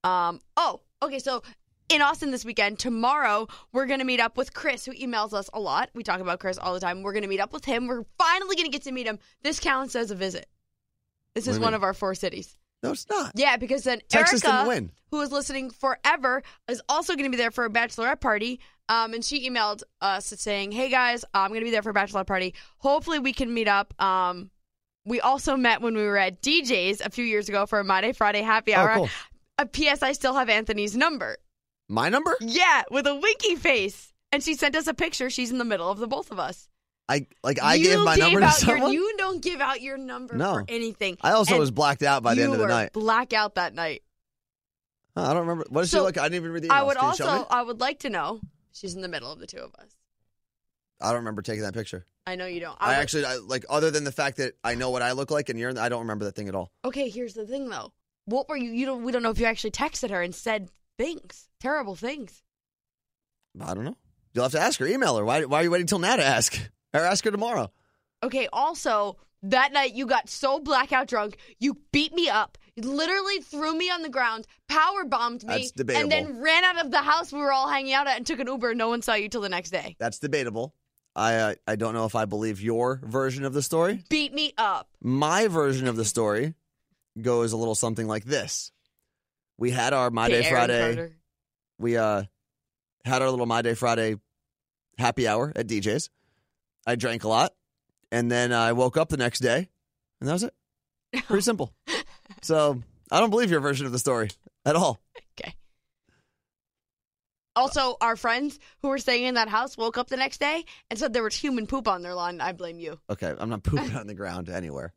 [SPEAKER 4] Um, oh, okay, so in Austin this weekend, tomorrow, we're going to meet up with Chris, who emails us a lot. We talk about Chris all the time. We're going to meet up with him. We're finally going to get to meet him. This counts as a visit. This
[SPEAKER 3] What
[SPEAKER 4] is
[SPEAKER 3] do you
[SPEAKER 4] one
[SPEAKER 3] mean?
[SPEAKER 4] of our four cities.
[SPEAKER 3] No, it's not.
[SPEAKER 4] Yeah, because then
[SPEAKER 3] Texas
[SPEAKER 4] Erica,
[SPEAKER 3] didn't win.
[SPEAKER 4] who is listening forever, is also going to be there for a bachelorette party. Um, and she emailed us saying, "Hey guys, I'm going to be there for a bachelorette party. Hopefully, we can meet up." Um, we also met when we were at DJ's a few years ago for a Monday Friday happy
[SPEAKER 3] Oh,
[SPEAKER 4] hour.
[SPEAKER 3] cool.
[SPEAKER 4] A PS, I still have Anthony's number.
[SPEAKER 3] My number?
[SPEAKER 4] Yeah, with a winky face. And she sent us a picture. She's in the middle of the both of us.
[SPEAKER 3] I like I
[SPEAKER 4] you
[SPEAKER 3] gave my
[SPEAKER 4] gave
[SPEAKER 3] number to
[SPEAKER 4] out Your,
[SPEAKER 3] someone.
[SPEAKER 4] you don't give out your number
[SPEAKER 3] No.
[SPEAKER 4] for anything.
[SPEAKER 3] I also
[SPEAKER 4] And
[SPEAKER 3] was blacked out by the
[SPEAKER 4] you
[SPEAKER 3] end of the
[SPEAKER 4] were
[SPEAKER 3] night.
[SPEAKER 4] Blackout that night.
[SPEAKER 3] Huh, I don't remember. What does she
[SPEAKER 4] So,
[SPEAKER 3] look? I didn't even read the email.
[SPEAKER 4] I would
[SPEAKER 3] Can you show
[SPEAKER 4] also,
[SPEAKER 3] me?
[SPEAKER 4] I would like to know. She's in the middle of the two of us.
[SPEAKER 3] I don't remember taking that picture.
[SPEAKER 4] I know you don't.
[SPEAKER 3] I,
[SPEAKER 4] would-
[SPEAKER 3] actually I, like other than the fact that I know what I look like and you're. I don't remember that thing at all.
[SPEAKER 4] Okay, here's the thing though. What were you? You don't. We don't know if you actually texted her and said things, terrible things.
[SPEAKER 3] I don't know. You'll have to ask her. Email her. Why? Why are you waiting till now to ask? Or ask her tomorrow.
[SPEAKER 4] Okay. Also, that night you got so blackout drunk, you beat me up. You literally threw me on the ground, power bombed me,
[SPEAKER 3] That's debatable.
[SPEAKER 4] and then ran out of the house we were all hanging out at and took an Uber. and No one saw you till the next day.
[SPEAKER 3] That's debatable. I uh, I don't know if I believe your version of the story.
[SPEAKER 4] Beat me up.
[SPEAKER 3] My version of the story goes a little something like this: We had our My
[SPEAKER 4] to
[SPEAKER 3] Day
[SPEAKER 4] Aaron
[SPEAKER 3] Friday.
[SPEAKER 4] Carter.
[SPEAKER 3] We uh had our little My Day Friday happy hour at DJ's. I drank a lot, And then I woke up the next day, and that was it. Pretty simple. So I don't believe your version of the story at all.
[SPEAKER 4] Okay. Also, our friends who were staying in that house woke up the next day and said there was human poop on their lawn. I blame you.
[SPEAKER 3] Okay, I'm not pooping on the ground anywhere.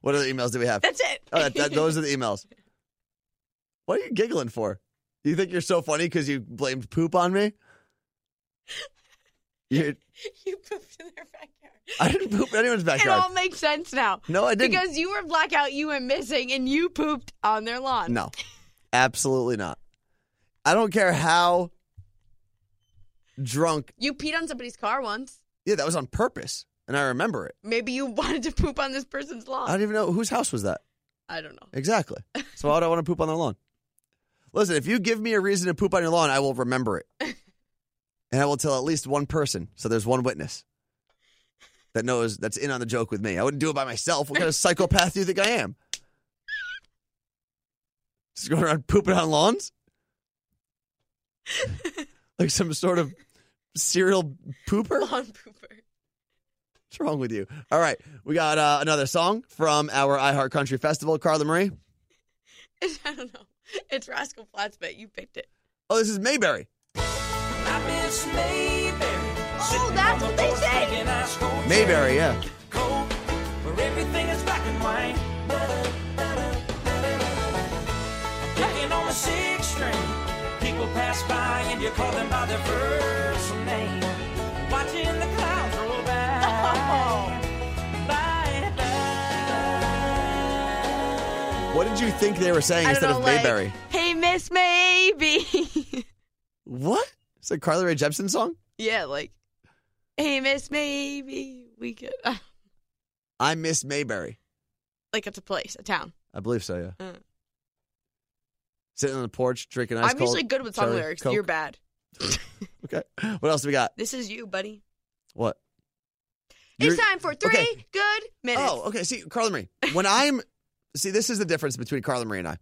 [SPEAKER 3] What other emails do we have?
[SPEAKER 4] That's it.
[SPEAKER 3] Oh, that, that, those are the emails. What are you giggling for? You think you're so funny because you blamed poop on me? You,
[SPEAKER 4] you pooped in their backyard.
[SPEAKER 3] I didn't poop in anyone's
[SPEAKER 4] It
[SPEAKER 3] backyard.
[SPEAKER 4] all makes sense now.
[SPEAKER 3] No, I didn't.
[SPEAKER 4] Because you were blackout, you went missing, and you pooped on their lawn.
[SPEAKER 3] No, absolutely not. I don't care how drunk.
[SPEAKER 4] You peed on somebody's car once.
[SPEAKER 3] Yeah, that was on purpose, and I remember it.
[SPEAKER 4] Maybe you wanted to poop on this person's lawn.
[SPEAKER 3] I don't even know whose house was that
[SPEAKER 4] I don't know.
[SPEAKER 3] exactly. So why would I want to poop on their lawn? Listen, if you give me a reason to poop on your lawn, I will remember it, and I will tell at least one person. So there's one witness that knows that's in on the joke with me. I wouldn't do it by myself. What kind of psychopath do you think I am? Just going around pooping on lawns? like some sort of serial pooper?
[SPEAKER 4] Lawn pooper.
[SPEAKER 3] What's wrong with you? All right, we got uh, another song from our iHeart Country Festival. Carla Marie.
[SPEAKER 4] I don't know. It's Rascal Flats, but you picked it.
[SPEAKER 3] Oh, this is Mayberry.
[SPEAKER 7] I miss Mayberry.
[SPEAKER 4] Oh, that's what they say.
[SPEAKER 7] And I score
[SPEAKER 3] Mayberry, yeah.
[SPEAKER 7] cold, where everything is black and white. Picking on a six string. People pass by and you call them by their first name. Watching the clouds roll by. By, by.
[SPEAKER 3] What did you think they were saying
[SPEAKER 4] I
[SPEAKER 3] instead
[SPEAKER 4] don't know.
[SPEAKER 3] of
[SPEAKER 4] like,
[SPEAKER 3] Mayberry?
[SPEAKER 4] Hey, Miss Maybe.
[SPEAKER 3] What? It's a Carly Rae Jepsen song.
[SPEAKER 4] yeah, like, hey, Miss Maybe. We could.
[SPEAKER 3] I miss Mayberry.
[SPEAKER 4] like, it's a place, a town.
[SPEAKER 3] I believe so. Yeah.
[SPEAKER 4] Mm.
[SPEAKER 3] Sitting on the porch drinking ice
[SPEAKER 4] I'm usually
[SPEAKER 3] cold
[SPEAKER 4] good with song
[SPEAKER 3] cherry
[SPEAKER 4] lyrics.
[SPEAKER 3] Coke.
[SPEAKER 4] You're bad.
[SPEAKER 3] Okay. What else do we got?
[SPEAKER 4] This is you, buddy.
[SPEAKER 3] What? You're-
[SPEAKER 4] it's time for three
[SPEAKER 3] okay.
[SPEAKER 4] good minutes.
[SPEAKER 3] Oh, okay. See, Carla Marie, when I'm see, this is the difference between Carla Marie and I.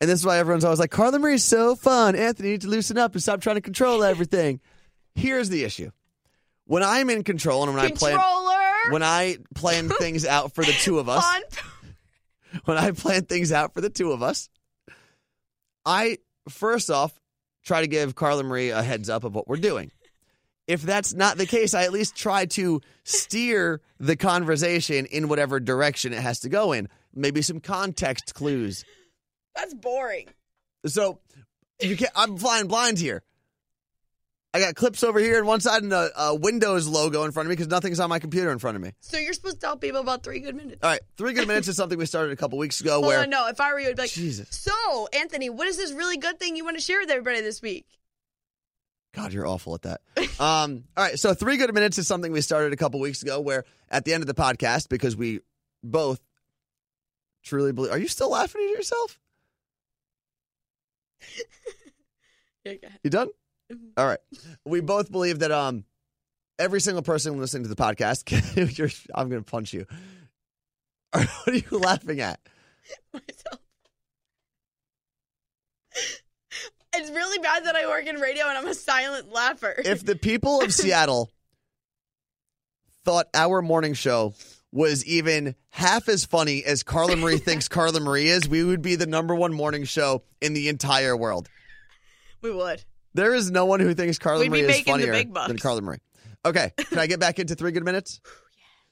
[SPEAKER 3] And this is why everyone's always like, Carla Marie's so fun. Anthony, you need to loosen up and stop trying to control everything. Here's the issue. When I'm in control and when I plan
[SPEAKER 4] Controller.
[SPEAKER 3] when I plan things out for the two of us,
[SPEAKER 4] on,
[SPEAKER 3] when I plan things out for the two of us, I first off try to give Carla Marie a heads up of what we're doing. If that's not the case, I at least try to steer the conversation in whatever direction it has to go in. Maybe some context clues.
[SPEAKER 4] that's boring.
[SPEAKER 3] So you can't, I'm flying blind here. I got clips over here on one side and a, a Windows logo in front of me because nothing's on my computer in front of me.
[SPEAKER 4] So you're supposed to tell people about three good minutes.
[SPEAKER 3] All right, three good minutes is something we started a couple weeks ago.
[SPEAKER 4] Hold
[SPEAKER 3] where
[SPEAKER 4] on, no. If I were you, I'd be like,
[SPEAKER 3] Jesus.
[SPEAKER 4] so Anthony, what is this really good thing you want to share with everybody this week?
[SPEAKER 3] God, you're awful at that. Um, all right, so three good minutes is something we started a couple weeks ago. Where at the end of the podcast, because we both truly believe, are you still laughing at yourself?
[SPEAKER 4] Yeah, go ahead.
[SPEAKER 3] You done? All right, we both believe that um, every single person listening to the podcast, can- you're, I'm going to punch you. All right, What are you laughing at?
[SPEAKER 4] Myself. It's really bad that I work in radio and I'm a silent laugher.
[SPEAKER 3] If the people of Seattle thought our morning show was even half as funny as Carla Marie thinks Carla Marie is, we would be the number one morning show in the entire world.
[SPEAKER 4] we would.
[SPEAKER 3] There is no one who thinks Carla
[SPEAKER 4] We'd be
[SPEAKER 3] Marie is
[SPEAKER 4] making the
[SPEAKER 3] funnier
[SPEAKER 4] big bucks. Oh,
[SPEAKER 3] than Carla Marie. Okay, can I get back into three good minutes?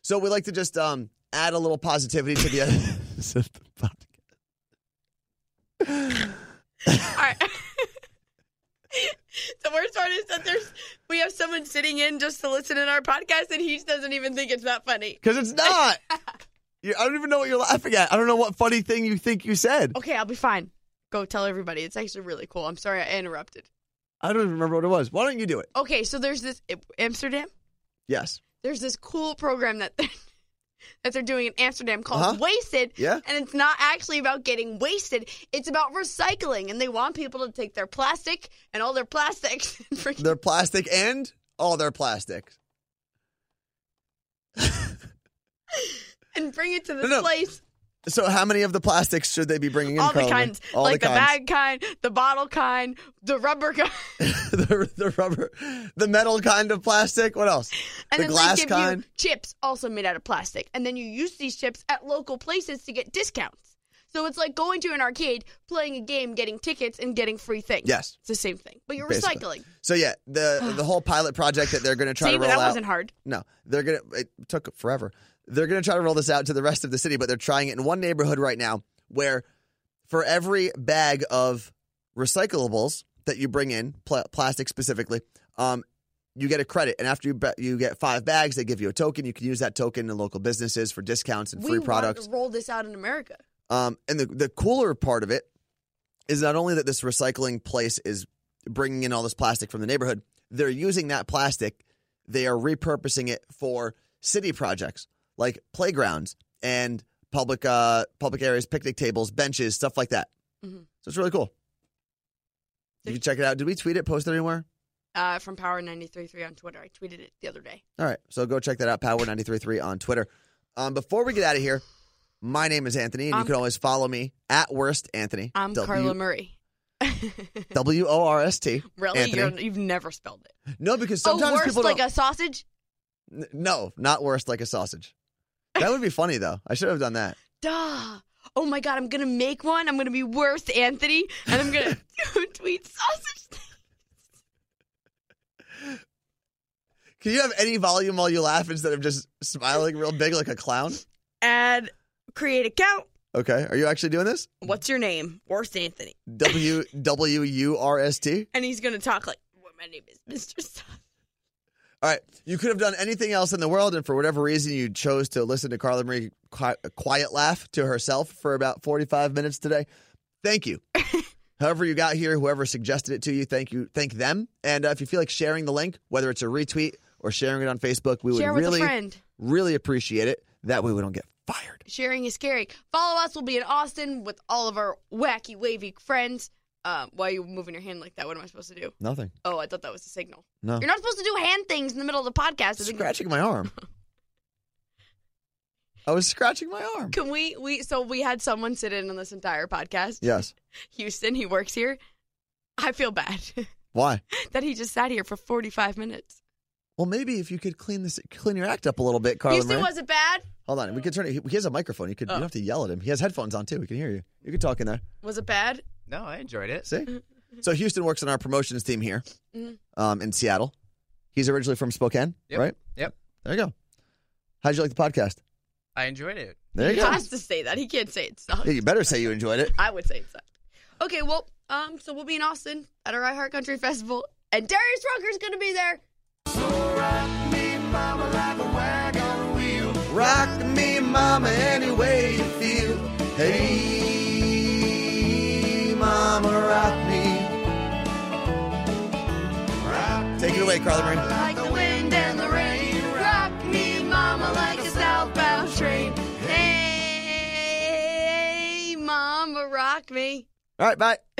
[SPEAKER 3] So we like to just um, add a little positivity to the end of the podcast.
[SPEAKER 4] All right. the worst part is that there's we have someone sitting in just to listen in our podcast and he doesn't even think it's that funny.
[SPEAKER 3] because it's not. You- I don't even know what you're laughing at. I don't know what funny thing you think you said.
[SPEAKER 4] Okay, I'll be fine. Go tell everybody. It's actually really cool. I'm sorry I interrupted.
[SPEAKER 3] I don't even remember what it was. Why don't you do it?
[SPEAKER 4] Okay, so there's this eh, Amsterdam.
[SPEAKER 3] Yes.
[SPEAKER 4] There's this cool program that they're, that they're doing in Amsterdam called
[SPEAKER 3] Uh-huh.
[SPEAKER 4] Wasted.
[SPEAKER 3] Yeah.
[SPEAKER 4] and it's not actually about getting wasted. It's about recycling, and they want people to take their plastic and all their plastics. and freaking-
[SPEAKER 3] They're plastic and all their plastics.
[SPEAKER 4] and bring it to this
[SPEAKER 3] No, no.
[SPEAKER 4] place
[SPEAKER 3] So how many of the plastics should they be bringing in?
[SPEAKER 4] all the
[SPEAKER 3] Colin?
[SPEAKER 4] kinds,
[SPEAKER 3] All
[SPEAKER 4] like the,
[SPEAKER 3] kinds.
[SPEAKER 4] bag kind, the bottle kind, the rubber kind,
[SPEAKER 3] the, the rubber, the metal kind of plastic. What else?
[SPEAKER 4] and
[SPEAKER 3] the
[SPEAKER 4] then
[SPEAKER 3] glass
[SPEAKER 4] they give
[SPEAKER 3] kind.
[SPEAKER 4] you chips also made out of plastic, and then you use these chips at local places to get discounts. So it's like going to an arcade, playing a game, getting tickets, and getting free things.
[SPEAKER 3] Yes.
[SPEAKER 4] it's the same thing, but you're
[SPEAKER 3] Basically.
[SPEAKER 4] recycling.
[SPEAKER 3] So yeah, the the whole pilot project that they're going to try
[SPEAKER 4] See,
[SPEAKER 3] to
[SPEAKER 4] but
[SPEAKER 3] roll
[SPEAKER 4] that
[SPEAKER 3] out.
[SPEAKER 4] wasn't hard.
[SPEAKER 3] No, they're gonna. It took forever. They're gonna try to roll this out to the rest of the city, but they're trying it in one neighborhood right now, where for every bag of recyclables that you bring in, pl- plastic specifically, um, you get a credit, and after you ba- you get five bags, they give you a token. You can use that token in local businesses for discounts and
[SPEAKER 4] we
[SPEAKER 3] free
[SPEAKER 4] wanted
[SPEAKER 3] products.
[SPEAKER 4] to roll this out in America.
[SPEAKER 3] Um, and the the cooler part of it is not only that this recycling place is bringing in all this plastic from the neighborhood, they're using that plastic, they are repurposing it for city projects like playgrounds and public uh, public areas, picnic tables, benches, stuff like that.
[SPEAKER 4] Mhm.
[SPEAKER 3] So it's really cool. You can check it out. Did we tweet it? Post it anywhere?
[SPEAKER 4] Uh, from Power 93.3 on Twitter. I tweeted it the other day.
[SPEAKER 3] All right. So go check that out, Power933 on Twitter. Um, before we get out of here, my name is Anthony, and you
[SPEAKER 4] I'm-
[SPEAKER 3] can always follow me at worst Anthony.
[SPEAKER 4] I'm
[SPEAKER 3] W-
[SPEAKER 4] Carla Murray.
[SPEAKER 3] W O R S T.
[SPEAKER 4] Really?
[SPEAKER 3] Anthony.
[SPEAKER 4] You're, you've never spelled it.
[SPEAKER 3] No, because sometimes
[SPEAKER 4] oh, worst
[SPEAKER 3] people
[SPEAKER 4] like
[SPEAKER 3] don't.
[SPEAKER 4] a sausage?
[SPEAKER 3] N- no, not worst like a sausage. That would be funny though. I should have done that.
[SPEAKER 4] Duh. Oh my God, I'm going to make one. I'm going to be worst Anthony, and I'm going to tweet sausage.
[SPEAKER 3] Can you have any volume while you laugh instead of just smiling real big like a clown?
[SPEAKER 4] And create account.
[SPEAKER 3] Okay. Are you actually doing this?
[SPEAKER 4] What's your name? Worst Anthony.
[SPEAKER 3] W W U R S T.
[SPEAKER 4] And he's going to talk like, what my name is Mr. Sausage.
[SPEAKER 3] All right. You could have done anything else in the world, and for whatever reason, you chose to listen to Carla Marie qui- quiet laugh to herself for about 45 minutes today. Thank you. However, you got here, whoever suggested it to you, thank you. Thank them. And uh, if you feel like sharing the link, whether it's a retweet or sharing it on Facebook, we
[SPEAKER 4] Share
[SPEAKER 3] would
[SPEAKER 4] with a
[SPEAKER 3] really,
[SPEAKER 4] friend.
[SPEAKER 3] really appreciate it. That way, we don't get fired.
[SPEAKER 4] Sharing is scary. Follow us. We'll be in Austin with all of our wacky, wavy friends. Um, why are you moving your hand like that? What am I supposed to do?
[SPEAKER 3] Nothing.
[SPEAKER 4] Oh, I thought that was a signal.
[SPEAKER 3] No.
[SPEAKER 4] You're not supposed to do hand things in the middle of the podcast. I think-
[SPEAKER 3] scratching my arm. I was scratching my arm.
[SPEAKER 4] Can we? We so we had someone sit in on this entire podcast.
[SPEAKER 3] Yes.
[SPEAKER 4] Houston. He works here. I feel bad
[SPEAKER 3] Why?
[SPEAKER 4] that he just sat here for 45 minutes.
[SPEAKER 3] Well, maybe if you could clean this, clean your act up a little bit, Carla.
[SPEAKER 4] Houston
[SPEAKER 3] Marie.
[SPEAKER 4] wasn't bad.
[SPEAKER 3] Hold on, we could turn it. He he has a microphone. You could. You
[SPEAKER 4] Oh.
[SPEAKER 3] don't have to yell at him. He has headphones on too. We can hear you. You can talk in there.
[SPEAKER 4] Was it bad?
[SPEAKER 5] No, I enjoyed it.
[SPEAKER 3] See. So Houston works on our promotions team here,
[SPEAKER 4] Mhm.
[SPEAKER 3] um, in Seattle. He's originally from Spokane,
[SPEAKER 5] Mm-hmm. Yep.
[SPEAKER 3] right?
[SPEAKER 5] Yep.
[SPEAKER 3] There you go. How'd you like the podcast?
[SPEAKER 5] I enjoyed it.
[SPEAKER 3] There you
[SPEAKER 4] he
[SPEAKER 3] go.
[SPEAKER 4] has to say that. He can't say it sucked.
[SPEAKER 3] Hey, You better say you enjoyed it.
[SPEAKER 4] I would say it sucked. Okay, well, um, so we'll be in Austin at our iHeart Country Festival, and Darius Rucker's gonna be there.
[SPEAKER 3] Rock me, mama, any way you feel. Hey, mama, rock me. Take it away, Carla Marie.
[SPEAKER 4] Like the wind and the rain, rock me, mama, like a southbound train. Hey, mama, rock me.
[SPEAKER 3] All right, bye.